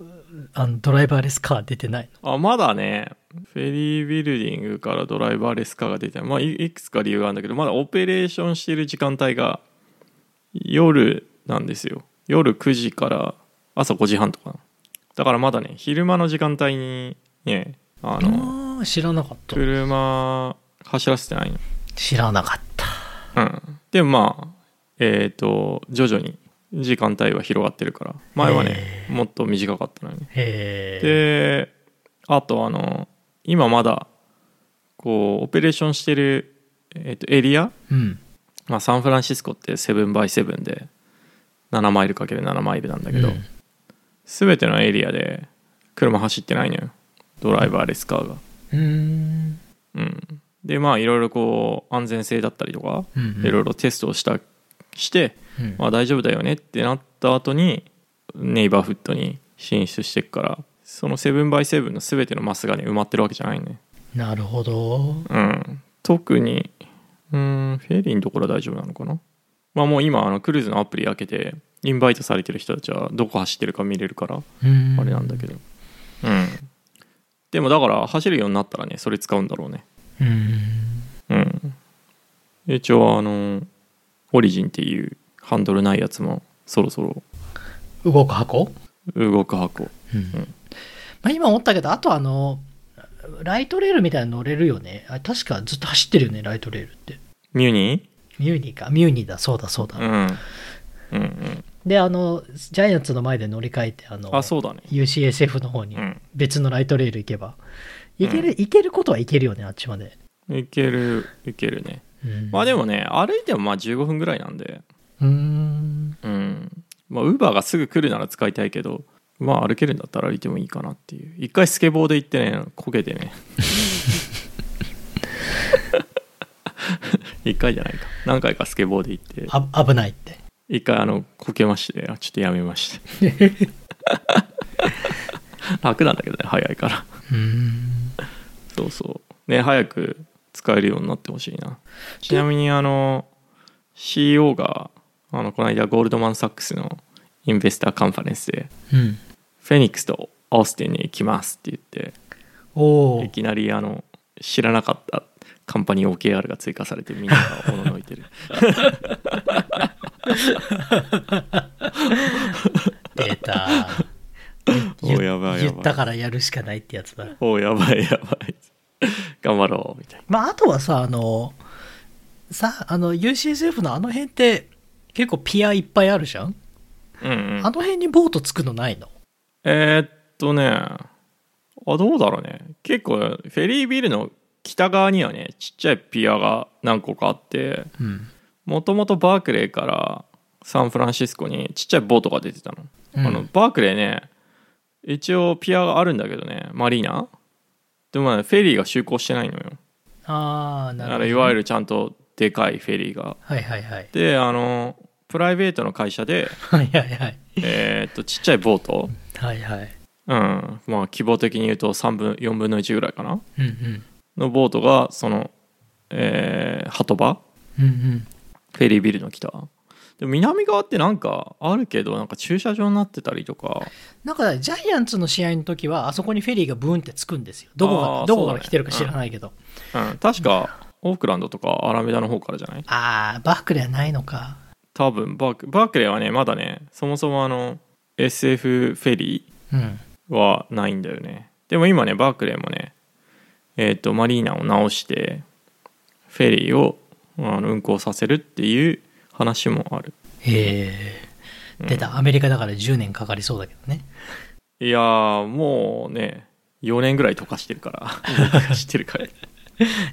[SPEAKER 2] うあのドライバーレスカー出てないの
[SPEAKER 1] あまだねフェリービルディングからドライバーレス化が出てまあいいくつか理由があるんだけどまだオペレーションしている時間帯が夜なんですよ夜9時から朝5時半とかだからまだね昼間の時間帯にねあの
[SPEAKER 2] あー知らなかった
[SPEAKER 1] 車走らせてないの
[SPEAKER 2] 知らなかった
[SPEAKER 1] うんでもまあえっ、と徐々に時間帯は広がってるから前はねもっと短かったのに
[SPEAKER 2] へえ
[SPEAKER 1] であとあの今まだこうオペレーションしてる、えっとエリア、
[SPEAKER 2] うん
[SPEAKER 1] まあ、サンフランシスコって7 by 7で7マイルかける7マイルなんだけど、
[SPEAKER 2] うん
[SPEAKER 1] 全てのエリアで車走ってないのよドライバーレスカーが
[SPEAKER 2] うーん
[SPEAKER 1] うんでまあいろいろこう安全性だったりとか
[SPEAKER 2] うんうん
[SPEAKER 1] いろいろテストをしたして、
[SPEAKER 2] うん
[SPEAKER 1] まあ、大丈夫だよねってなった後にネイバーフッドに進出していくからその 7x7 の全てのマスがね埋まってるわけじゃないね
[SPEAKER 2] なるほど
[SPEAKER 1] うん特にうんフェリーのところは大丈夫なのかなまあもう今あのクルーズのアプリ開けてインバイトされてる人たちはどこ走ってるか見れるから
[SPEAKER 2] うーん
[SPEAKER 1] あれなんだけどうんでもだから走るようになったらねそれ使うんだろうね
[SPEAKER 2] うーん
[SPEAKER 1] うん一応あのオリジンっていうハンドルないやつもそろそろ
[SPEAKER 2] 動く箱
[SPEAKER 1] 動く箱
[SPEAKER 2] うんまあ、今思ったけどあとあのライトレールみたいなの乗れるよねあ確かずっと走ってるよねライトレールって
[SPEAKER 1] ミュニ
[SPEAKER 2] ミューニーかミューニーだそうだそうだ、
[SPEAKER 1] ーうんうんうん
[SPEAKER 2] であのジャイアンツの前で乗り換えてあの
[SPEAKER 1] あそうだね
[SPEAKER 2] UCSF の方に
[SPEAKER 1] うん
[SPEAKER 2] 別のライトレール行けば行ける,、行けることは行けるよねあっちまで
[SPEAKER 1] いけるいけるね
[SPEAKER 2] うん
[SPEAKER 1] まあでもね歩いてもまあ15分ぐらいなんで
[SPEAKER 2] うーん
[SPEAKER 1] うんまあウーバーがすぐ来るなら使いたいけどまあ歩けるんだったら歩いてもいいかなっていう一回スケボーで行ってねこけて ね一回じゃないか何回かスケボーで行って
[SPEAKER 2] あ危ないって
[SPEAKER 1] 一回あのこけましてあちょっとやめました 楽なんだけどね早いから
[SPEAKER 2] うん
[SPEAKER 1] そうそうね早く使えるようになってほしいなちなみにあの CEO があのこの間ゴールドマン・サックスのインベスターカンファレンスで
[SPEAKER 2] うん
[SPEAKER 1] フェニックスとオースティンに行きますって言っ
[SPEAKER 2] お
[SPEAKER 1] てい
[SPEAKER 2] お
[SPEAKER 1] きなりあの知らなかったカンパニー OKR が追加されてみんながおののいてる
[SPEAKER 2] 出た
[SPEAKER 1] お や
[SPEAKER 2] 言
[SPEAKER 1] ばいやばい
[SPEAKER 2] 言ったからやるしかないってやつだ
[SPEAKER 1] おやばいやばい頑張ろうみたい
[SPEAKER 2] まああとはさあのさあの UCSF のあの辺って結構ピアいっぱいあるじゃん、
[SPEAKER 1] なうん、うん
[SPEAKER 2] あの、辺にボートつくのないの
[SPEAKER 1] えーっとねあどうだろうね結構フェリービルの北側にはねちっちゃいピアが何個かあって
[SPEAKER 2] うん
[SPEAKER 1] もともとバークレーからサンフランシスコにちっちゃいボートが出てたの,、
[SPEAKER 2] うん
[SPEAKER 1] あのバークレーね一応ピアがあるんだけどねマリーナでもまあフェリーが就航してないのよ
[SPEAKER 2] ああなる
[SPEAKER 1] あ
[SPEAKER 2] ほ
[SPEAKER 1] の
[SPEAKER 2] ど
[SPEAKER 1] いわゆるちゃんとでかいフェリーが
[SPEAKER 2] はいはいはい
[SPEAKER 1] であのプライベートの会社 で
[SPEAKER 2] はいはいはい
[SPEAKER 1] えーっとちっちゃいボート
[SPEAKER 2] はいはい
[SPEAKER 1] うんまあ希望的に言うと3分4分の1ぐらいかな
[SPEAKER 2] うんうん
[SPEAKER 1] のボートがその、えー、鳩場
[SPEAKER 2] うんうん
[SPEAKER 1] フェリービルの北でも南側ってなんかあるけどなんか駐車場になってたりとか
[SPEAKER 2] なんかジャイアンツの試合の時はあそこにフェリーがブーンってつくんですよどこ
[SPEAKER 1] あ
[SPEAKER 2] が
[SPEAKER 1] ー
[SPEAKER 2] どこ
[SPEAKER 1] そ
[SPEAKER 2] から
[SPEAKER 1] うだね
[SPEAKER 2] 来てるか知らないけど、
[SPEAKER 1] うん確かオークランドとかアラメダの方からじゃない
[SPEAKER 2] ああバークレーはないのか
[SPEAKER 1] 多分バークバークレーはねまだねそもそもあの SF フェリ
[SPEAKER 2] うん
[SPEAKER 1] ーはないんだよねでも今ねバークレーもねえっ、とマリーナを直してフェリーをあの運航させるっていう話もある
[SPEAKER 2] へえ出た、アメリカだから10年かかりそうだけどね
[SPEAKER 1] いやーもうね4年ぐらい溶かしてるから溶かしてるから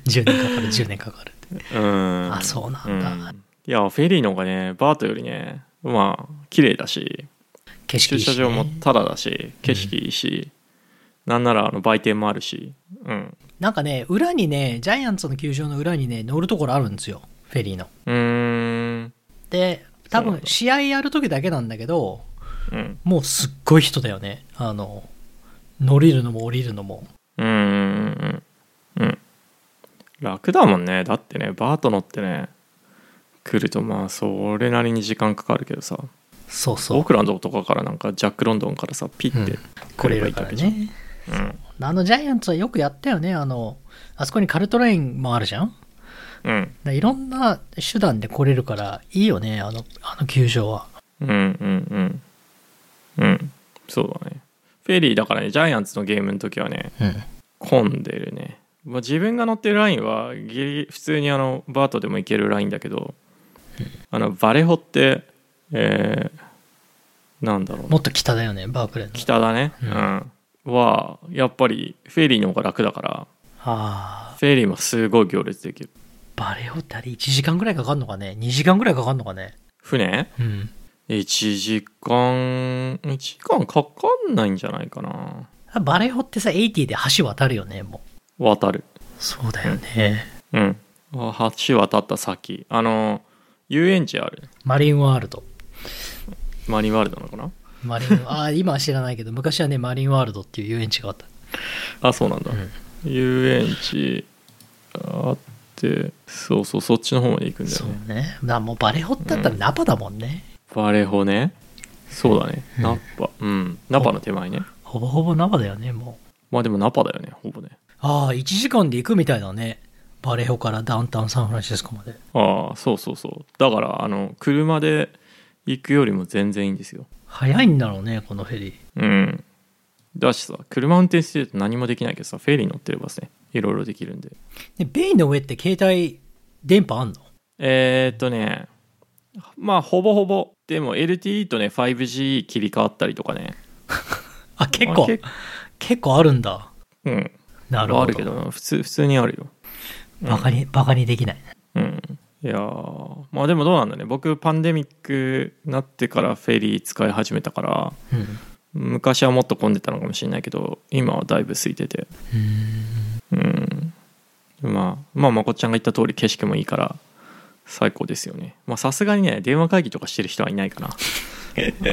[SPEAKER 2] 10年かかる10年かかるって
[SPEAKER 1] うん
[SPEAKER 2] あそうなんだ
[SPEAKER 1] うんいやフェリーの方がねバートよりねまあ綺麗だし
[SPEAKER 2] 景色い
[SPEAKER 1] 駐
[SPEAKER 2] いし
[SPEAKER 1] 車
[SPEAKER 2] ね
[SPEAKER 1] 場もタダだし景色いいし、なんならあの売店もあるしうん
[SPEAKER 2] なんかね裏にねジャイアンツの球場の裏にね乗るところあるんですよフェリーの
[SPEAKER 1] うーん
[SPEAKER 2] で多
[SPEAKER 1] そうな
[SPEAKER 2] 分
[SPEAKER 1] んだ
[SPEAKER 2] 試合やる時だけなんだけど
[SPEAKER 1] うん
[SPEAKER 2] もうすっごい人だよねあの乗りるのも降りるのも
[SPEAKER 1] うんうんうんうん楽だもんねだってねバート乗ってね来るとまあそれなりに時間かかるけどさ
[SPEAKER 2] そうそ
[SPEAKER 1] オー
[SPEAKER 2] う
[SPEAKER 1] クランドとかからなんかジャック・ロンドンからさピッて
[SPEAKER 2] 来
[SPEAKER 1] 来
[SPEAKER 2] れ
[SPEAKER 1] ればい
[SPEAKER 2] る
[SPEAKER 1] い
[SPEAKER 2] か
[SPEAKER 1] だ
[SPEAKER 2] ら
[SPEAKER 1] けじゃん、
[SPEAKER 2] ね
[SPEAKER 1] うん
[SPEAKER 2] あのジャイアンツはよくやったよねあのあそこにカルトレインもあるじゃん
[SPEAKER 1] うん
[SPEAKER 2] だいろんな手段で来れるからいいよねあのあの球場は
[SPEAKER 1] うんうんうんうんそうだねフェリーだからねジャイアンツのゲームの時はね
[SPEAKER 2] うん
[SPEAKER 1] 混んでるね、まあ、自分が乗ってるラインはギリ普通にあのバートでも行けるラインだけどあのバレホってえー、なんだろうな
[SPEAKER 2] もっと北だよねバークレーの
[SPEAKER 1] 北だね、
[SPEAKER 2] うん
[SPEAKER 1] うん、はやっぱりフェリーの方が楽だから
[SPEAKER 2] ああ
[SPEAKER 1] フェリーもすごい行列できる
[SPEAKER 2] バレオってあれ1時間ぐらいかかるのかね2時間ぐらいかかるのかね
[SPEAKER 1] 船
[SPEAKER 2] うん
[SPEAKER 1] 1時間1時間かかんないんじゃないかな
[SPEAKER 2] バレオってさ80で橋渡るよねもう
[SPEAKER 1] 渡る
[SPEAKER 2] そうだよね、
[SPEAKER 1] うんあ橋渡った先あの遊園地ある
[SPEAKER 2] マリンワールド
[SPEAKER 1] マリンワールドなのかな
[SPEAKER 2] マリンああ 今は知らないけど昔はねマリンワールドっていう遊園地があった
[SPEAKER 1] あそうなんだ、遊園地あってそうそうそっちの方まで行くんだよ
[SPEAKER 2] そう
[SPEAKER 1] ね
[SPEAKER 2] ねだからもうバレホってだったらナパだもんね、
[SPEAKER 1] バレホねそうだねナッパうんナパの手前ね
[SPEAKER 2] ほぼほぼナパだよねもう
[SPEAKER 1] まあでもナパだよねほぼね
[SPEAKER 2] ああ1時間で行くみたいだねバレホからダウンタウンサンフランシスコまで
[SPEAKER 1] ああそうそうそうだからあの車で行くよりも全然いいんですよ
[SPEAKER 2] 早いんだろうねこのフェリー
[SPEAKER 1] うんだしさ車運転してると何もできないけどさフェリー乗ってればねいろいろできるんで
[SPEAKER 2] でベイの上って携帯電波あんの
[SPEAKER 1] えー、っとねまあほぼほぼでも LTE とね 5G 切り替わったりとかね
[SPEAKER 2] あ結構
[SPEAKER 1] あけ
[SPEAKER 2] 結構あるんだ
[SPEAKER 1] うん
[SPEAKER 2] なるほど
[SPEAKER 1] あるけど普通普通にあるよ
[SPEAKER 2] バカにバカにできないね
[SPEAKER 1] うんいやーまあでもどうなんだね僕パンデミックなってからフェリー使い始めたから
[SPEAKER 2] うん
[SPEAKER 1] 昔はもっと混んでたのかもしれないけど今はだいぶ空いててうんまあまあまこっちゃんが言った通り景色もいいから最高ですよねまあさすがにね電話会議とかしてる人はいないかな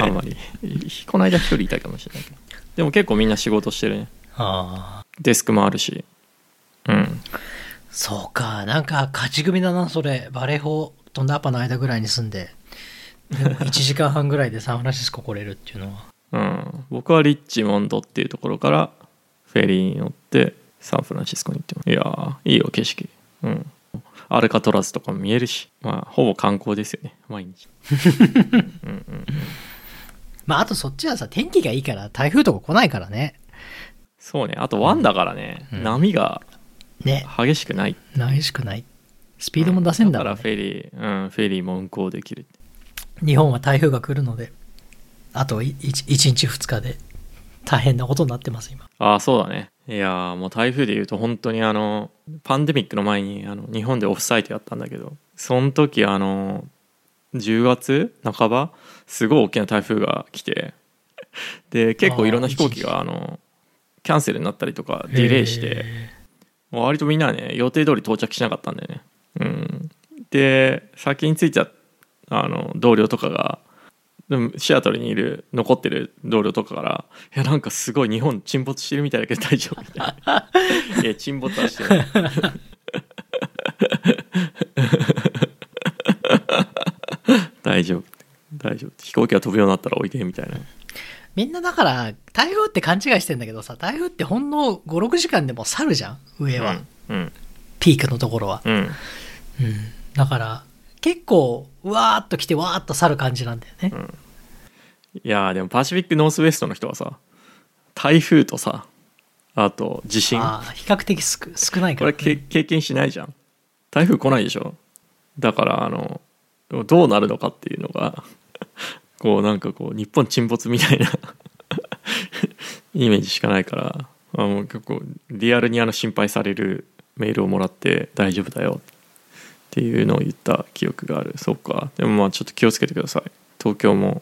[SPEAKER 1] あんまりいこの間一人いたかもしれないけどでも結構みんな仕事してるね
[SPEAKER 2] ああ
[SPEAKER 1] デスクもあるしうん
[SPEAKER 2] そうかなんか勝ち組だなそれバレー法とナパの間ぐらいに住んででも1時間半ぐらいでサンフランシスコ来れるっていうのは
[SPEAKER 1] うん僕はリッチモンドっていうところからフェリーに乗ってサンフランシスコに行ってますいやーいいよ景色うんアルカトラズとかも見えるしまあほぼ観光ですよね毎日
[SPEAKER 2] まああとそっちはさ天気がいいから台風とか来ないからね
[SPEAKER 1] そうねあと湾だからね、
[SPEAKER 2] うん
[SPEAKER 1] 波が
[SPEAKER 2] ね
[SPEAKER 1] 激しくない
[SPEAKER 2] ないしくないスピードも出せんだ
[SPEAKER 1] か
[SPEAKER 2] ろう
[SPEAKER 1] ら
[SPEAKER 2] ね
[SPEAKER 1] フェリー、うん、フェリーも運航できる
[SPEAKER 2] 日本は台風が来るのであと 1, 日2日で大変なことになってます今
[SPEAKER 1] ああそうだねいやーもう台風でいうと本当にあのパンデミックの前にあの日本でオフサイトやったんだけどその時あの10月半ばすごい大きな台風が来てで結構いろんな飛行機があのキャンセルになったりとかディレイして割とみんなね予定通り到着しなかったんだよねうんで先に着いたあの同僚とかがでもシアトルにいる残ってる同僚とかから「いやなんかすごい日本沈没してるみたいだけど大丈夫」みたい な「いや沈没はしてない」大丈夫大丈夫飛行機が飛ぶようになったらおいでみたいな
[SPEAKER 2] みんなだから台風って勘違いしてんだけどさ台風ってほんの56時間でもう去るじゃん上は、
[SPEAKER 1] うん
[SPEAKER 2] ピークのところは、
[SPEAKER 1] うん
[SPEAKER 2] うんだから結構うわーっと来てわーっと去る感じなんだよね、
[SPEAKER 1] いやーでもパシフィックノースウェストの人はさ台風とさあと地震
[SPEAKER 2] ああ比較的すく少ないか
[SPEAKER 1] こ
[SPEAKER 2] ら
[SPEAKER 1] れけ経験しないじゃん台風来ないでしょだからあのどうなるのかっていうのが こうなんかこう日本沈没みたいな イメージしかないからあもう結構リアルにあの心配されるメールをもらって大丈夫だよっていうのを言った記憶があるそうかでもまあちょっと気をつけてください東京も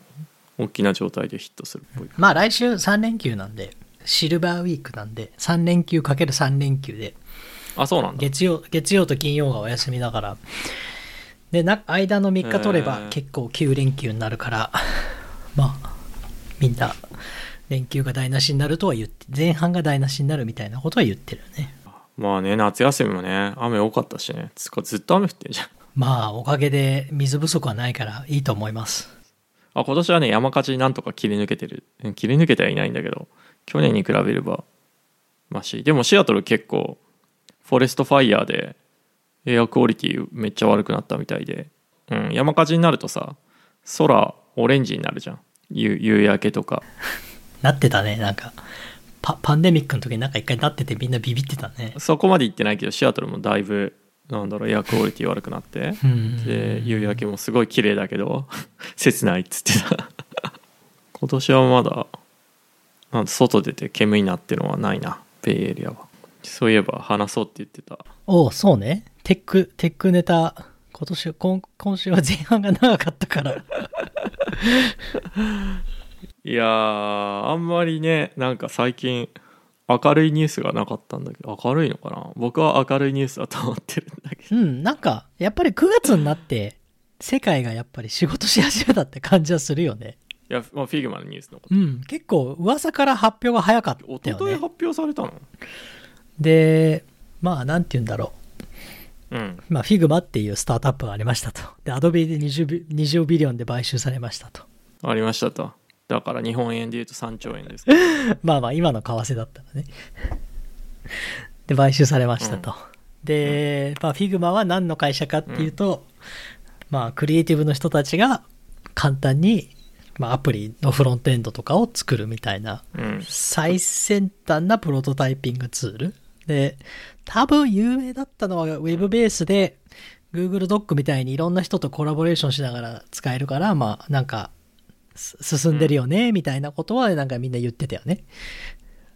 [SPEAKER 1] 大きな状態でヒットするっぽい
[SPEAKER 2] まあ来週3連休なんでシルバーウィークなんで3連休かける3連休で
[SPEAKER 1] あそうなんだ
[SPEAKER 2] 月曜月曜と金曜がお休みだからでな間の3日取
[SPEAKER 1] え
[SPEAKER 2] れ
[SPEAKER 1] ー
[SPEAKER 2] ば結構9連休になるから、 まあみんな連休が台無しになるとは言って前半が台無しになるみたいなことは言ってるよね
[SPEAKER 1] まあね夏休みもね雨多かったしねつうかずっと雨降ってんじゃん
[SPEAKER 2] まあおかげで水不足はないからいいと思います
[SPEAKER 1] あ今年はね山火事なんとか切り抜けてるうん切り抜けてはいないんだけど去年に比べればマシでもシアトル結構フォレストファイヤーでエアクオリティめっちゃ悪くなったみたいで、うん、山火事になるとさ空オレンジになるじゃん夕夕焼けとか
[SPEAKER 2] なってたねなんかパパンデミックの時になんか一回なっててみんなビビってたね
[SPEAKER 1] そこまで行ってないけどシアトルもだいぶなんだろうエアクオリティ悪くなって
[SPEAKER 2] うん
[SPEAKER 1] で夕焼けもすごい綺麗だけど 切ないっつってた 今年はまだなん外出て煙になってのはないなベイエリアはそういえば話そうって言ってた
[SPEAKER 2] おうそうねテックテックネタ今年今今週は前半が長かっ たから
[SPEAKER 1] いやーあんまりねなんか最近明るいニュースがなかったんだけど明るいのかな僕は明るいニュースだと思ってるんだけど
[SPEAKER 2] うん、なんか、やっぱり9月になって、世界がやっぱり仕事し始めたって感じはするよね。
[SPEAKER 1] いや、まあ、フィグマのニュースのこ
[SPEAKER 2] うん、結構噂から発表が早か
[SPEAKER 1] と
[SPEAKER 2] っ
[SPEAKER 1] 一
[SPEAKER 2] たよ
[SPEAKER 1] 昨日
[SPEAKER 2] ね
[SPEAKER 1] 発。表されたの
[SPEAKER 2] で、まあ、なんて言うんだろ
[SPEAKER 1] うん
[SPEAKER 2] う。まあ、Figma っていうスタートアップがありましたと。で、Adobe で 20, ビ20ビリオンで買収されましたと。
[SPEAKER 1] ありましたとだから日本円で言うと3兆円ですけど
[SPEAKER 2] まあまあ、今の為替だったらね。 で、買収されましたと。で、まあ、Figma は何の会社かっていうと、まあ、クリエイティブの人たちが簡単に、まあ、アプリのフロントエンドとかを作るみたいな、
[SPEAKER 1] うん
[SPEAKER 2] 最先端なプロトタイピングツール。で、多分有名だったのは Web ベースで Google ドックみたいにいろんな人とコラボレーションしながら使えるから、まあなんかす進んでるよね、みたいなことはなんかみんな言ってたよね。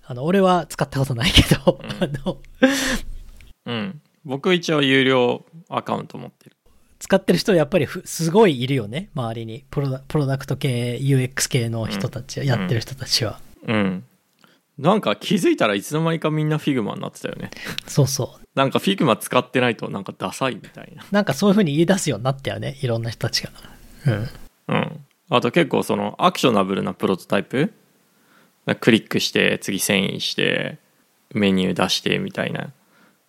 [SPEAKER 2] あの、俺は使ったことないけど、 あの、
[SPEAKER 1] うん僕一応有料アカウント持ってる
[SPEAKER 2] 使ってる人やっぱりふすごいいるよね周りにプロダプロダクト系 UX 系の人たち、やってる人たちは
[SPEAKER 1] うんなんか気づいたらいつの間にかみんな Figma になってたよね
[SPEAKER 2] そうそう
[SPEAKER 1] なんか Figma 使ってないとなんかダサいみたいな
[SPEAKER 2] なんかそういうふうに言い出すようになったよねいろんな人たちがうん
[SPEAKER 1] うん、あと結構そのアクショナブルなプロトタイプクリックして次遷移してメニュー出してみたいな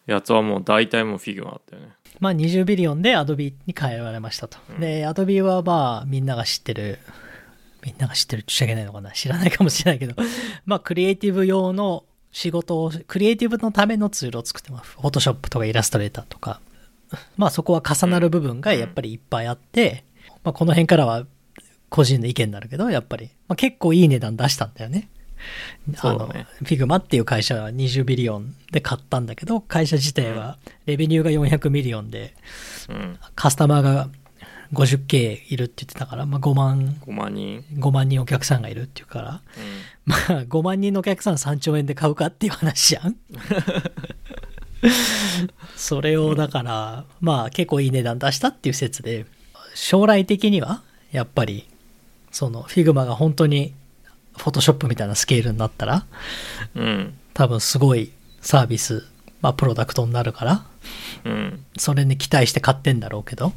[SPEAKER 1] やつはもう大体もう Figma だったよね
[SPEAKER 2] まあ20ビリオンで Adobe に変えられましたと、で Adobe はまあみんなが知ってるみんなが知ってるって言っちゃいけないのかな知らないかもしれないけど まあクリエイティブ用の仕事をクリエイティブのためのツールを作ってますフォトショップとかイラストレーターとかまあそこは重なる部分がやっぱりいっぱいあって、まあ、この辺からは個人の意見になるけどやっぱり、まあ、結構いい値段出したんだよね
[SPEAKER 1] そうだね
[SPEAKER 2] あの、フィグマっていう会社は20ビリオンで買ったんだけど、会社自体はレベニューが400ミリオンで、
[SPEAKER 1] うん
[SPEAKER 2] カスタマーが 50K いるって言ってたから、まあ5万、
[SPEAKER 1] 5万人、
[SPEAKER 2] 5万人お客さんがいるっていうから、 まあ5万人のお客さん3兆円で買うかっていう話じゃん。 それをだから、まあ結構いい値段出したっていう説で、将来的にはやっぱり、その Figma が本当に Photoshop みたいなスケールになったら、
[SPEAKER 1] うんうん
[SPEAKER 2] 多分すごいサービス、まあ、プロダクトになるから
[SPEAKER 1] うんうん
[SPEAKER 2] それに期待して買ってんだろうけど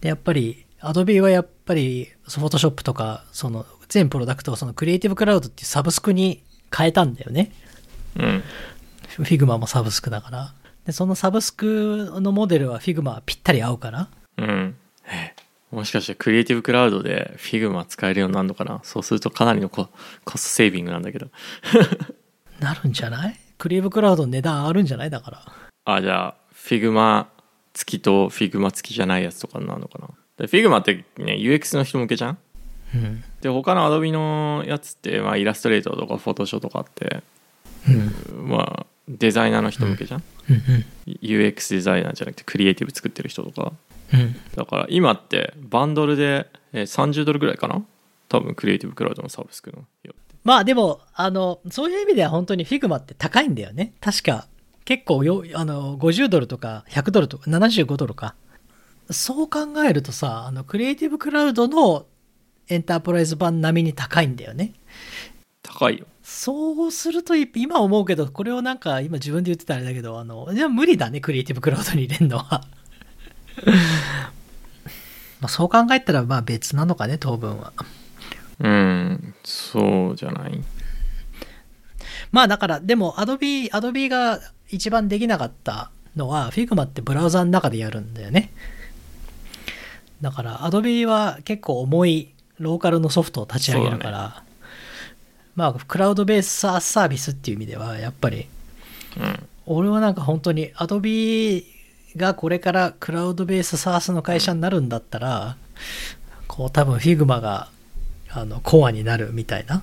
[SPEAKER 2] でやっぱり Adobe はやっぱり Photoshop とかその全プロダクトをそのクリエイティブクラウドっていうサブスクに変えたんだよね
[SPEAKER 1] うん、
[SPEAKER 2] Figma もサブスクだからでそのサブスクのモデルは Figma はぴったり合うから
[SPEAKER 1] うん、えもしかしてクリエイティブクラウドで Figma 使えるようになるのかなそうするとかなりのココストセービングなんだけど
[SPEAKER 2] なるんじゃないクリエイティブクラウドの値段上がるんじゃないだから
[SPEAKER 1] あじゃあ Figma 付きと Figma 付きじゃないやつとかになるのかなで Figma ってね UX の人向けじゃん
[SPEAKER 2] うん
[SPEAKER 1] で他の Adobe のやつって、まあ、イラストレーターとかフォトショーとかあって、
[SPEAKER 2] うん
[SPEAKER 1] まあ、デザイナーの人向けじゃん、
[SPEAKER 2] うん
[SPEAKER 1] UX デザイナーじゃなくてクリエイティブ作ってる人とか
[SPEAKER 2] うんうん
[SPEAKER 1] だから今ってバンドルでえー30ドルぐらいかな多分クリエイティブクラウドのサービスクのよ
[SPEAKER 2] まあでも、あの、そういう意味では本当に Figma って高いんだよね。確か、結構よ、あの、50ドルとか100ドルとか75ドルか。そう考えるとさ、あの、クリエイティブクラウドのエンタープライズ版並みに高いんだよね。
[SPEAKER 1] 高いよ
[SPEAKER 2] そうすると、い今思うけど、これをなんか今自分で言ってたあれだけど、あの、じゃあ無理だね、クリエイティブクラウドに入れるのは。まあそう考えたら、まあ別なのかね、当分は。
[SPEAKER 1] うんそうじゃない
[SPEAKER 2] まあだから、でも Adobe、Adobe が一番できなかったのは、Figma ってブラウザの中でやるんだよね。だから、Adobe は結構重いローカルのソフトを立ち上げるから、まあ、クラウドベースサービスっていう意味では、やっぱり、
[SPEAKER 1] うん
[SPEAKER 2] 俺はなんか本当に Adobe がこれからクラウドベースサースの会社になるんだったら、こう多分 Figma が、あの、コアになるみたいな。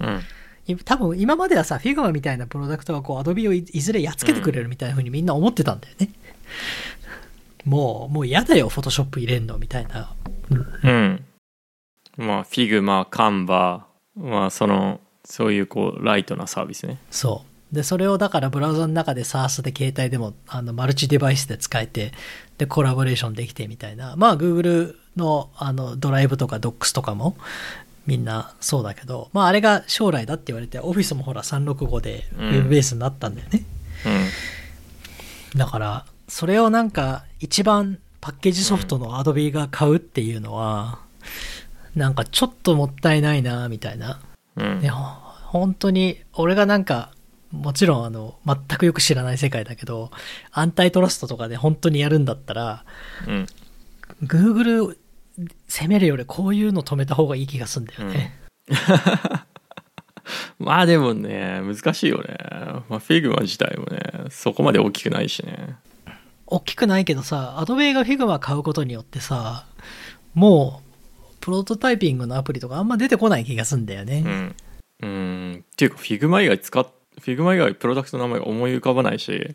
[SPEAKER 1] うん
[SPEAKER 2] い多分今まではさ Figma みたいなプロダクトがこう Adobe をいいずれやっつけてくれるみたいな風にみんな思ってたんだよね、もうもう嫌だよ Photoshop 入れんのみたいな
[SPEAKER 1] うんまあ Figma カンバまあそのそういうこうライトなサービスね
[SPEAKER 2] そうでそれをだからブラウザの中で SARS で携帯でもあのマルチデバイスで使えてでコラボレーションできてみたいなまあ Google のあのドライブとか Docs とかもみんなそうだけどまああれが将来だって言われて Office もほら365でウ
[SPEAKER 1] うん
[SPEAKER 2] ェブベースになったんだよね、
[SPEAKER 1] うん
[SPEAKER 2] だからそれをなんか一番パッケージソフトの Adobe が買うっていうのは、なんかちょっともったいないなみたいな、
[SPEAKER 1] うん
[SPEAKER 2] ね、ほ本当に俺がなんかもちろんあの全くよく知らない世界だけどアンタイトラストとかで本当にやるんだったら
[SPEAKER 1] うん
[SPEAKER 2] Google 攻めるよりこういうの止めた方がいい気がするんだよね、
[SPEAKER 1] まあでもね難しいよね、まあ、Figma 自体もねそこまで大きくないしね
[SPEAKER 2] 大きくないけどさ Adobe が Figma 買うことによってさもうプロトタイピングのアプリとかあんま出てこない気がするんだよね、
[SPEAKER 1] うんうんっていうか Figma 以外使っ Figma 以外プロダクトの名前が思い浮かばないし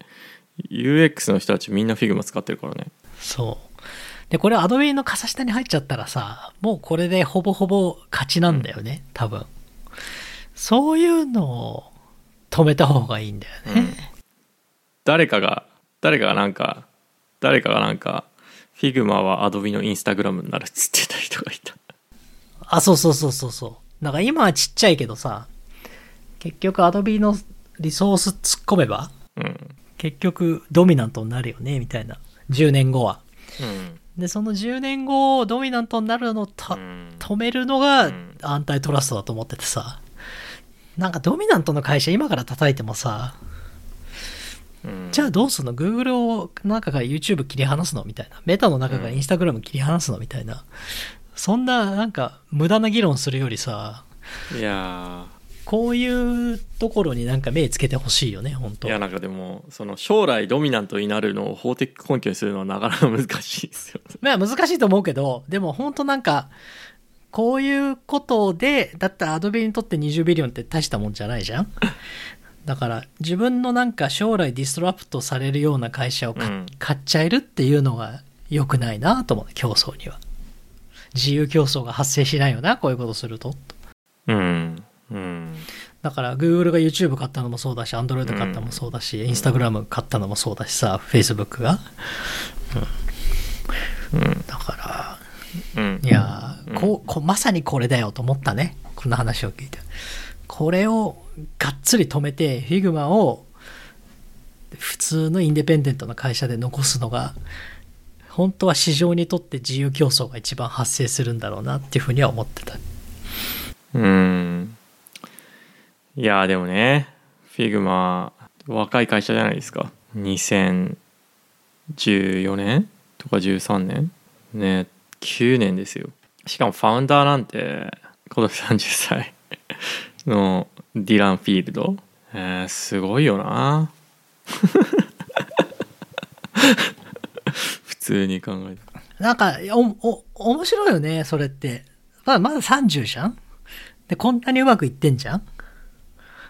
[SPEAKER 1] UX の人たちみんな Figma 使ってるからね
[SPEAKER 2] そう。で、これ Adobe の傘下に入っちゃったらさ、もうこれでほぼほぼ勝ちなんだよね、多分。そういうのを止めた方がいいんだよね。
[SPEAKER 1] 誰かが誰かがなんか誰かがなんか Figma は Adobe の Instagram になるっつってた人がいた。
[SPEAKER 2] あ、そうそうそうそうそう。なんか今はちっちゃいけどさ、結局 Adobe のリソース突っ込めば、
[SPEAKER 1] うん。
[SPEAKER 2] 結局ドミナントになるよね、みたいな。10年後は。
[SPEAKER 1] うん。
[SPEAKER 2] で、その10年後ドミナントになるのをた、
[SPEAKER 1] うん
[SPEAKER 2] 止めるのが
[SPEAKER 1] うん
[SPEAKER 2] アンタイトラストだと思っててさ。なんかドミナントの会社今から叩いてもさ、
[SPEAKER 1] うん
[SPEAKER 2] じゃあどうすんの ?Google を中から YouTube 切り離すのみたいな。メタの中から
[SPEAKER 1] うん
[SPEAKER 2] Instagram 切り離すのみたいな。そんな、なんか、無駄な議論するよりさ、
[SPEAKER 1] いや
[SPEAKER 2] こういうところになんか目つけてほしいよね、本
[SPEAKER 1] ー
[SPEAKER 2] 当
[SPEAKER 1] いやなんかでもその将来ドミナントになるのを法的根拠にするのはなかなか難しいですよね。
[SPEAKER 2] まあ難しいと思うけど、でも本当なんか、こういうことで、だってアドビにとって20ビリオンって大したもんじゃないじゃんだから自分のなんか将来ディストラプトされるような会社をか
[SPEAKER 1] うん
[SPEAKER 2] 買っちゃえるっていうのが良くないなと思う、競争には。自由競争が発生しないよな、こういうことすると。
[SPEAKER 1] うん。うん。
[SPEAKER 2] だから Google が YouTube 買ったのもそうだし、Android 買ったのもそうだし、Instagram 買ったのもそうだしさ、Facebook が。
[SPEAKER 1] うん。
[SPEAKER 2] だから、
[SPEAKER 1] うん
[SPEAKER 2] い。やー、
[SPEAKER 1] うん
[SPEAKER 2] こうこうまさにこれだよと思ったねこの話を聞いてこれをがっつり止めて Figma を普通のインディペンデントの会社で残すのが本当は市場にとって自由競争が一番発生するんだろうなっていうふうには思ってた
[SPEAKER 1] うん。いやーでもね、Figma、若い会社じゃないですか。2014年とか13年ね、9年ですよ。しかもファウンダーなんて、今年30歳のディラン・フィールド。えーすごいよな。 普通に考えて。
[SPEAKER 2] なんかおお面白いよねそれってまだまだ30じゃんでこんなにうまくいってんじゃん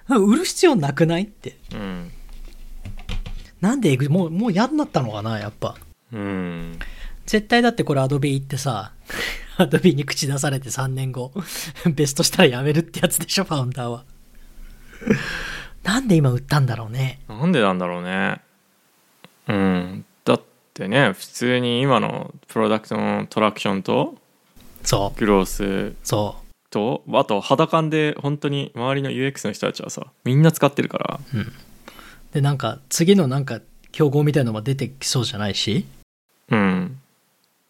[SPEAKER 2] 売る必要なくないって
[SPEAKER 1] うん。
[SPEAKER 2] なんでエグもうもう嫌になったのかなやっぱ
[SPEAKER 1] うん。
[SPEAKER 2] 絶対だってこれアドビ行ってさ、 アドビに口出されて3年後、 ベストしたらやめるってやつでしょ、ファウンダーは。なんで今売ったんだろうね。
[SPEAKER 1] なんでなんだろうねうんだってね普通に今のプロダクトのトラクションと
[SPEAKER 2] そう、
[SPEAKER 1] グロース
[SPEAKER 2] そ
[SPEAKER 1] とあと肌感で本当に周りの UX の人たちはさみんな使ってるから
[SPEAKER 2] う。うん。で、なんか、次のなんか、競合みたいのも出てきそうじゃないし。
[SPEAKER 1] うん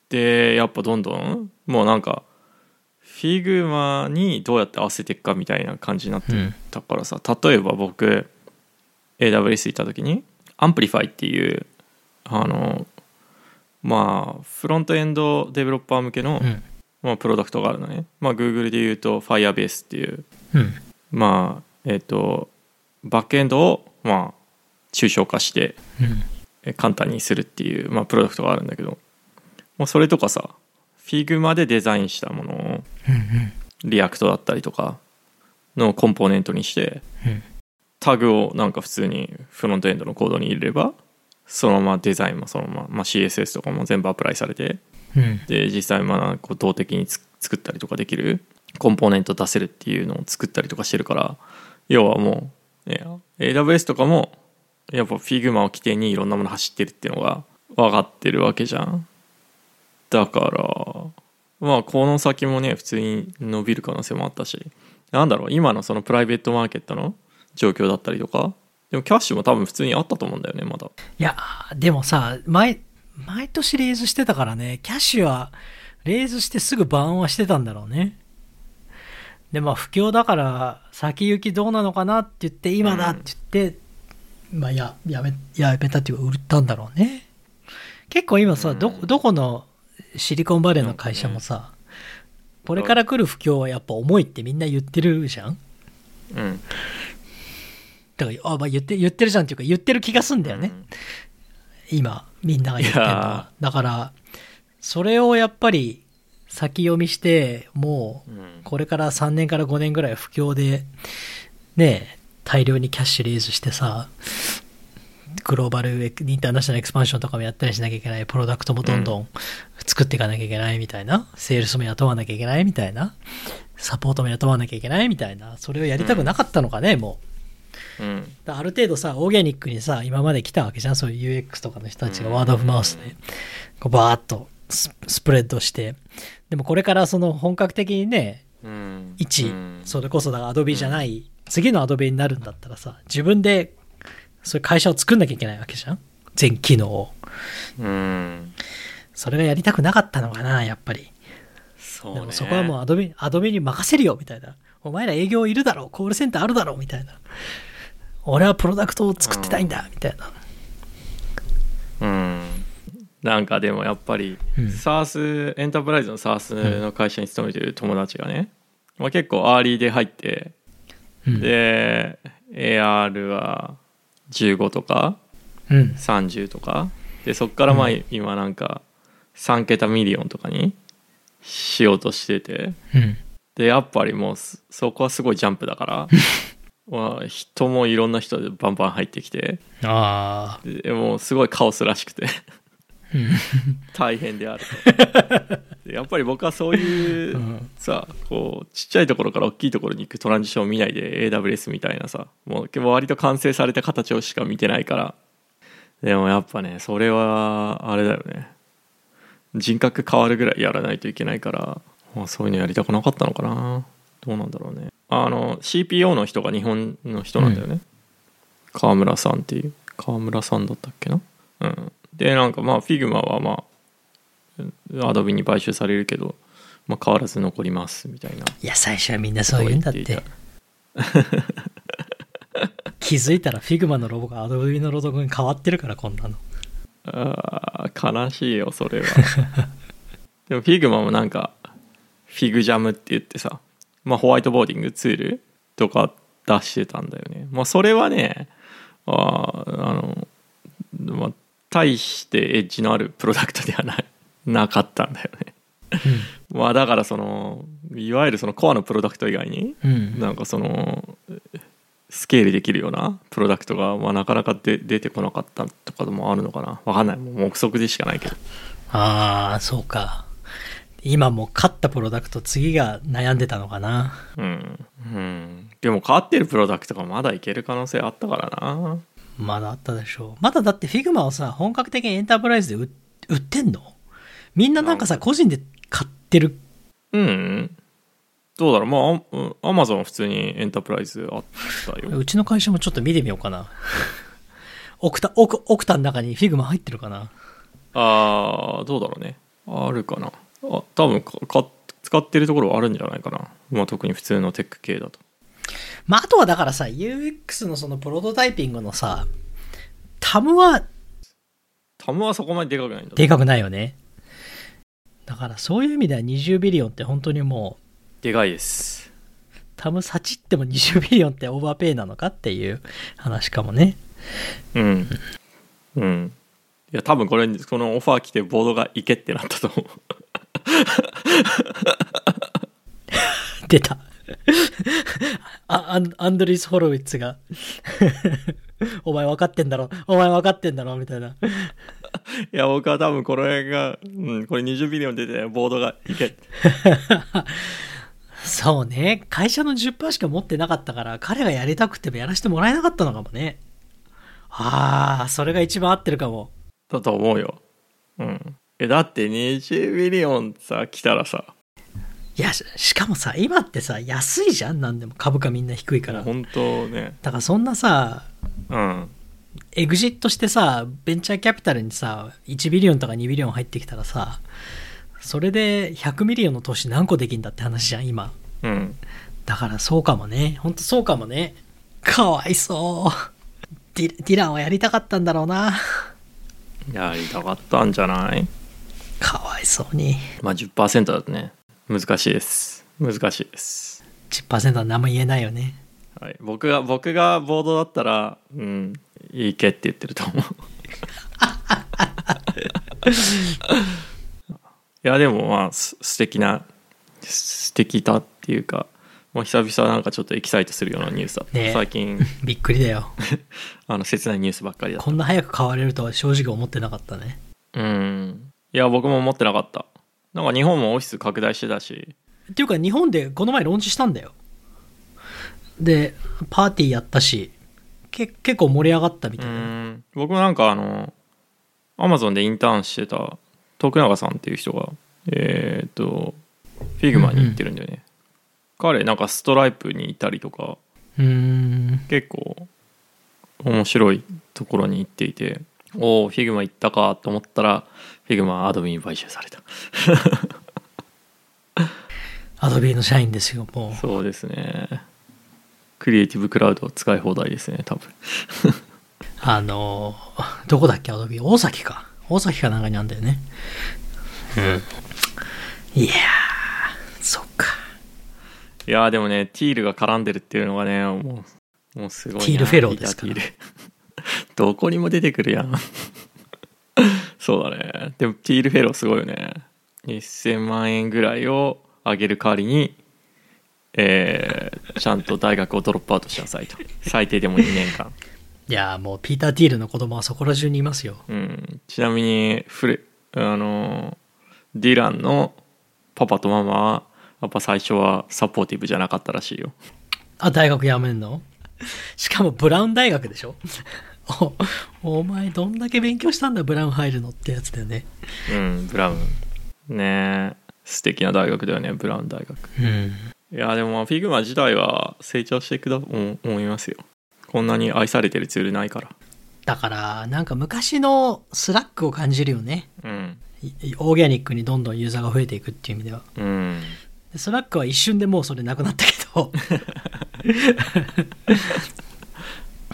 [SPEAKER 1] でやっぱどんどんもうなんか Figma にどうやって合わせていくかみたいな感じになって
[SPEAKER 2] ん。
[SPEAKER 1] だからさ例えば僕 AWS 行った時にアンプリファイっていうあのまあフロントエンドデベロッパー向けの、
[SPEAKER 2] うん。
[SPEAKER 1] まあ、プロダクトがあるのね、まあ、Google で言うと Firebase っていう
[SPEAKER 2] うん。
[SPEAKER 1] まあえっ、とバックエンドをまあ抽象化して
[SPEAKER 2] うん。
[SPEAKER 1] え簡単にするっていう、まあ、プロダクトがあるんだけどもうそれとかさ Figma でデザインしたものを
[SPEAKER 2] うん。
[SPEAKER 1] リアクトだったりとかのコンポーネントにして
[SPEAKER 2] うん
[SPEAKER 1] タグをなんか普通にフロントエンドのコードに入れればそのままデザインもそのまま、まあ、CSS とかも全部アプライされて
[SPEAKER 2] うん。
[SPEAKER 1] で実際まあこう動的につ作ったりとかできるコンポーネント出せるっていうのを作ったりとかしてるから要はもう、ね、AWS とかもやっぱ Figma を起点にいろんなもの走ってるっていうのが分かってるわけじゃんだからまあこの先もね普通に伸びる可能性もあったしなんだろう今のそのプライベートマーケットの状況だったりとかでもキャッシュも多分普通にあったと思うんだよねまだ
[SPEAKER 2] いやー、でもさ、毎、毎年レーズしてたからね、キャッシュは、レーズしてすぐバーンはしてたんだろうね。で、まあ、不況だから、先行きどうなのかなって言って、今だって言って、まあ、や、やめ、やめたっていうか、売ったんだろうね。結構今さ、
[SPEAKER 1] うん
[SPEAKER 2] ど、どこのシリコンバレーの会社もさ、これから来る不況はやっぱ重いってみんな言ってるじゃん
[SPEAKER 1] うん
[SPEAKER 2] だから、あ、まあ言って、言ってるじゃんっていうか、言ってる気がすんだよね。今みんなが言ってるの
[SPEAKER 1] い
[SPEAKER 2] は
[SPEAKER 1] や
[SPEAKER 2] だからそれをやっぱり先読みしても
[SPEAKER 1] う
[SPEAKER 2] うんこれから3年から5年ぐらい不況でねえ大量にキャッシュレーズしてさグローバルエクインターナショナルエクスパンションとかもやったりしなきゃいけないプロダクトもどんどん作っていかなきゃいけないみたいな、セールスも雇わなきゃいけないみたいなサポートも雇わなきゃいけないみたいなそれをやりたくなかったのかね、もう
[SPEAKER 1] うん
[SPEAKER 2] だからある程度さオーガニックにさ今まで来たわけじゃんそういう UX とかの人たちが
[SPEAKER 1] うん
[SPEAKER 2] ワード・オブ・マウスで、こうバーッとススプレッドしてでもこれからその本格的にね
[SPEAKER 1] うん
[SPEAKER 2] 一、
[SPEAKER 1] うん
[SPEAKER 2] それこそだからアドビじゃない、次のアドビになるんだったらさ自分でそういう会社を作んなきゃいけないわけじゃん全機能を
[SPEAKER 1] うん
[SPEAKER 2] それがやりたくなかったのかなやっぱり
[SPEAKER 1] そう
[SPEAKER 2] で
[SPEAKER 1] ね
[SPEAKER 2] もそこはもうアドビアドビに任せるよみたいなお前ら営業いるだろコールセンターあるだろみたいな俺はプロダクトを作ってたいんだ、みたいな
[SPEAKER 1] うんなんかでもやっぱり、
[SPEAKER 2] うん
[SPEAKER 1] SARS エンタープライズの SARS の会社に勤めてる友達がね、まあ、結構アーリーで入って、
[SPEAKER 2] うん
[SPEAKER 1] で AR は15とか
[SPEAKER 2] うん
[SPEAKER 1] 30とかでそっからまあ今なんか3桁ミリオンとかにしようとしてて
[SPEAKER 2] うん
[SPEAKER 1] でやっぱりもうそそこはすごいジャンプだ から、まあ、人もいろんな人でバンバン入ってきて
[SPEAKER 2] ああ
[SPEAKER 1] でもうすごいカオスらしくて
[SPEAKER 2] うん
[SPEAKER 1] 大変であるとでやっぱり僕はそういう、
[SPEAKER 2] うん
[SPEAKER 1] さこうちっちゃいところから大きいところに行くトランジションを見ないで AWS みたいなさもう割と完成された形をしか見てないからでもやっぱねそれはあれだよね人格変わるぐらいやらないといけないから、まあ、そういうのやりたくなかったのかなどうなんだろうねあの CPO の人が日本の人なんだよね、川村さんっていう川村さんだったっけなうんでなんかまあ Figma はまあアドビに買収されるけど、まあ、変わらず残りますみたいない
[SPEAKER 2] や最初はみんなそう言うんだっ
[SPEAKER 1] ことを言
[SPEAKER 2] て
[SPEAKER 1] いた
[SPEAKER 2] 気づいたら Figma のロゴが Adobe のロゴに変わってるからこんなの
[SPEAKER 1] あー悲しいよそれは でも Figma もなんか FigJam って言ってさ、まあ、ホワイトボーディングツールとか出してたんだよねまあそれはねあーあのまあ大してエッジのあるプロダクトではないなかったんだよねまあだからそのいわゆるそのコアのプロダクト以外に
[SPEAKER 2] うん、うん、
[SPEAKER 1] なんかそのスケールできるようなプロダクトが、まあ、なかなかで出てこなかったとかもあるのかなわかんないもう憶測でしかないけど
[SPEAKER 2] ああそうか今もう勝ったプロダクト次が悩んでたのかな
[SPEAKER 1] うん、うん、でも変わってるプロダクトがまだいける可能性あったからな
[SPEAKER 2] まだあったでしょうまだだって Figma をさ本格的にエンタープライズで売売ってんのみんななんかさ個人で買ってる
[SPEAKER 1] うんどうだろうまあうんアマゾンは普通にエンタープライズあったよ
[SPEAKER 2] うちの会社もちょっと見てみようかなオクタオクオクタの中に Figma 入ってるかな
[SPEAKER 1] あーどうだろうねあるかなあ多分かか使ってるところはあるんじゃないかな、まあ、特に普通のテック系だと
[SPEAKER 2] まあ、あとはだからさ、UX のそのプロトタイピングのさ、タムは
[SPEAKER 1] タムはそこまででかくないんだ
[SPEAKER 2] でかくないよね。だからそういう意味では20ビリオンって本当にもう、
[SPEAKER 1] でかいです
[SPEAKER 2] タムさちっても20ビリオンってオーバーペイなのかっていう話かもね。
[SPEAKER 1] うん。うん。いや、多分これ、このオファー来て、ボードがいけってなったと思う。
[SPEAKER 2] 出た。 あアンアンドリース・ホロウィッツが お前分かってんだろお前分かってんだろみたいな。
[SPEAKER 1] いや、僕は多分これが、うん、これ20ビリオン出て、ボードがいけ。
[SPEAKER 2] そうね。会社の10%しか持ってなかったから、彼がやりたくてもやらせてもらえなかったのかもね。ああ、それが一番合ってるかも。
[SPEAKER 1] だと思うよ。うん。え、だって20ビリオンさ、来たらさ、
[SPEAKER 2] いや、ししかもさ、今ってさ、安いじゃんなんでも株価みんな低いから。だ
[SPEAKER 1] 本当ね、
[SPEAKER 2] からそんなさ、
[SPEAKER 1] うん。
[SPEAKER 2] エグジットしてさ、ベンチャーキャピタルにさ、1ビリオンとか2ビリオン入ってきたらさ、それで100ミリオンの投資何個できんだって話じゃん、今。
[SPEAKER 1] うん。
[SPEAKER 2] だからそうかもね。ほんとそうかもね。かわいそう。ディディランはやりたかったんだろうな。
[SPEAKER 1] やりたかったんじゃない
[SPEAKER 2] かわいそうに。
[SPEAKER 1] まあ10%だとね、難しいです。難しいです。
[SPEAKER 2] 10%は何も言えないよね。
[SPEAKER 1] はい。僕が、僕がボードだったら、うん、いけって言ってると思う。いやでもまあす素敵なす素敵だっていうか、まあ、久々なんかちょっとエキサイトするようなニュースだった、
[SPEAKER 2] ねえ
[SPEAKER 1] 最近
[SPEAKER 2] びっくりだよ。
[SPEAKER 1] あの切ないニュースばっかりだっ
[SPEAKER 2] こんな早く変われるとは正直思ってなかったね。
[SPEAKER 1] たうんいや僕も思ってなかったなんか日本もオフィス拡大してたし
[SPEAKER 2] っていうか日本でこの前ローンチしたんだよ。で、パーティーやったし、け結構盛り上がったみ
[SPEAKER 1] う
[SPEAKER 2] たいな。
[SPEAKER 1] ん僕もなんかあのアマゾンでインターンしてた徳永さんっていう人がえーっとフィグマに行ってるんだよね、彼なんかストライプにいたりとか
[SPEAKER 2] うーん
[SPEAKER 1] 結構面白いところに行っていておおフィグマ行ったかと思ったらフィグマアドビに買収された
[SPEAKER 2] アドビーの社員ですよもう
[SPEAKER 1] そうですねクリエイティブクラウド使い放題ですね多分
[SPEAKER 2] あのーどこだっけアドビー大崎か大崎かなんかにあんだよねうんいやーそっか
[SPEAKER 1] いやーでもねティールが絡んでるっていうのがねもうもうすごいな
[SPEAKER 2] ティールフェローですから
[SPEAKER 1] ピーターティール どこにも出てくるやん そうだねでもティールフェローすごいよね1000万円ぐらいを上げる代わりにえーちゃんと大学をドロップアウトしなさ いと最低でも2年間
[SPEAKER 2] いやーもうピーター・ティールの子供はそこら中にいますよ
[SPEAKER 1] うん、ちなみにフレあのディランのパパとママはやっぱ最初はサポーティブじゃなかったらしいよ
[SPEAKER 2] あ、大学やめんのしかもブラウン大学で しょおお前どんだけ勉強したんだブラウン入るのってやつだよね。
[SPEAKER 1] うんブラウンねえ素敵な大学だよねブラウン大学
[SPEAKER 2] うん。
[SPEAKER 1] いやでもまあフィグマ自体は成長していくと思思いますよこんなに愛されてるツールないから
[SPEAKER 2] だから、なんか昔のスラックを感じるよね。
[SPEAKER 1] うん
[SPEAKER 2] いオーガニックにどんどんユーザーが増えていくっていう意味では。
[SPEAKER 1] うん
[SPEAKER 2] でスラックは一瞬でもうそれなくなったけ ど、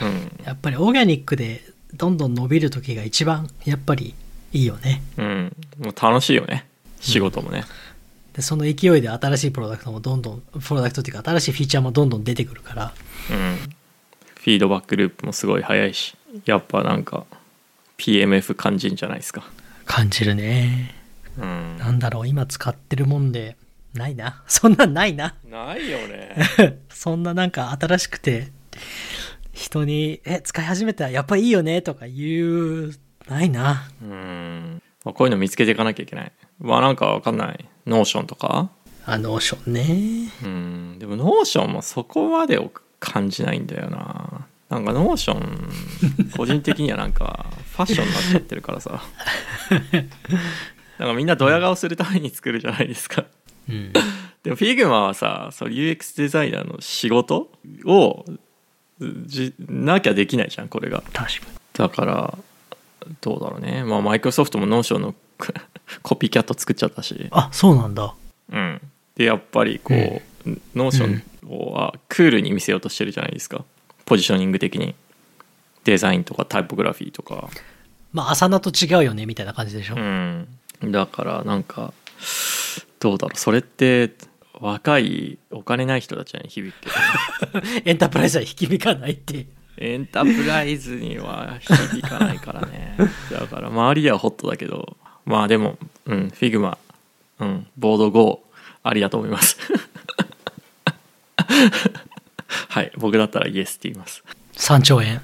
[SPEAKER 1] うん
[SPEAKER 2] やっぱりオーガニックでどんどん伸びる時が一番やっぱりいいよね。
[SPEAKER 1] うんもう楽しいよね仕事もね
[SPEAKER 2] で、その勢いで新しいプロダクトもどんどん、プロダクトっていうか新しいフィーチャーもどんどん出てくるから、
[SPEAKER 1] うんフィードバックループもすごい早いしやっぱなんか PMF 感じんじゃないですか
[SPEAKER 2] 感じるね。
[SPEAKER 1] うん
[SPEAKER 2] なんだろう、今使ってるもんで、ないな。 そんなんないな。
[SPEAKER 1] ないよね
[SPEAKER 2] そんななんか新しくて、人に、え、使い始めたらやっぱいいよねとか言う、ないな。
[SPEAKER 1] うん、まあ、こういうの見つけていかなきゃいけないまあなんかわかんないノーションとか
[SPEAKER 2] あ、ノーションね。
[SPEAKER 1] うんでもノーションもそこまでを感じないんだよななんかノーション個人的にはなんかファッションになっちゃってるからさなんかみんなドヤ顔するために作るじゃないですか
[SPEAKER 2] うん。
[SPEAKER 1] でも Figma はさその UX デザイナーの仕事をじなきゃできないじゃんこれが
[SPEAKER 2] 確かに。
[SPEAKER 1] だからどうだろうねまあマイクロソフトもノーションの コピーキャット作っちゃったし
[SPEAKER 2] あ、そうなんだ。
[SPEAKER 1] うん、でやっぱりこう、ノーションはクールに見せようとしてるじゃないですかポジショニング的にデザインとかタイポグラフィーとか、
[SPEAKER 2] まあ、朝菜と違うよね、みたいな感じでしょ。
[SPEAKER 1] うん、だからなんかどうだろうそれって若いお金ない人たちに響くけど
[SPEAKER 2] エンタープライズは引きかないって。
[SPEAKER 1] エンタープライズには響かないからねだから周りではホットだけどまあでも、うん、フィグマ、うん、ボード GO ありだと思います はい僕だったらイエスって言います
[SPEAKER 2] 3兆円。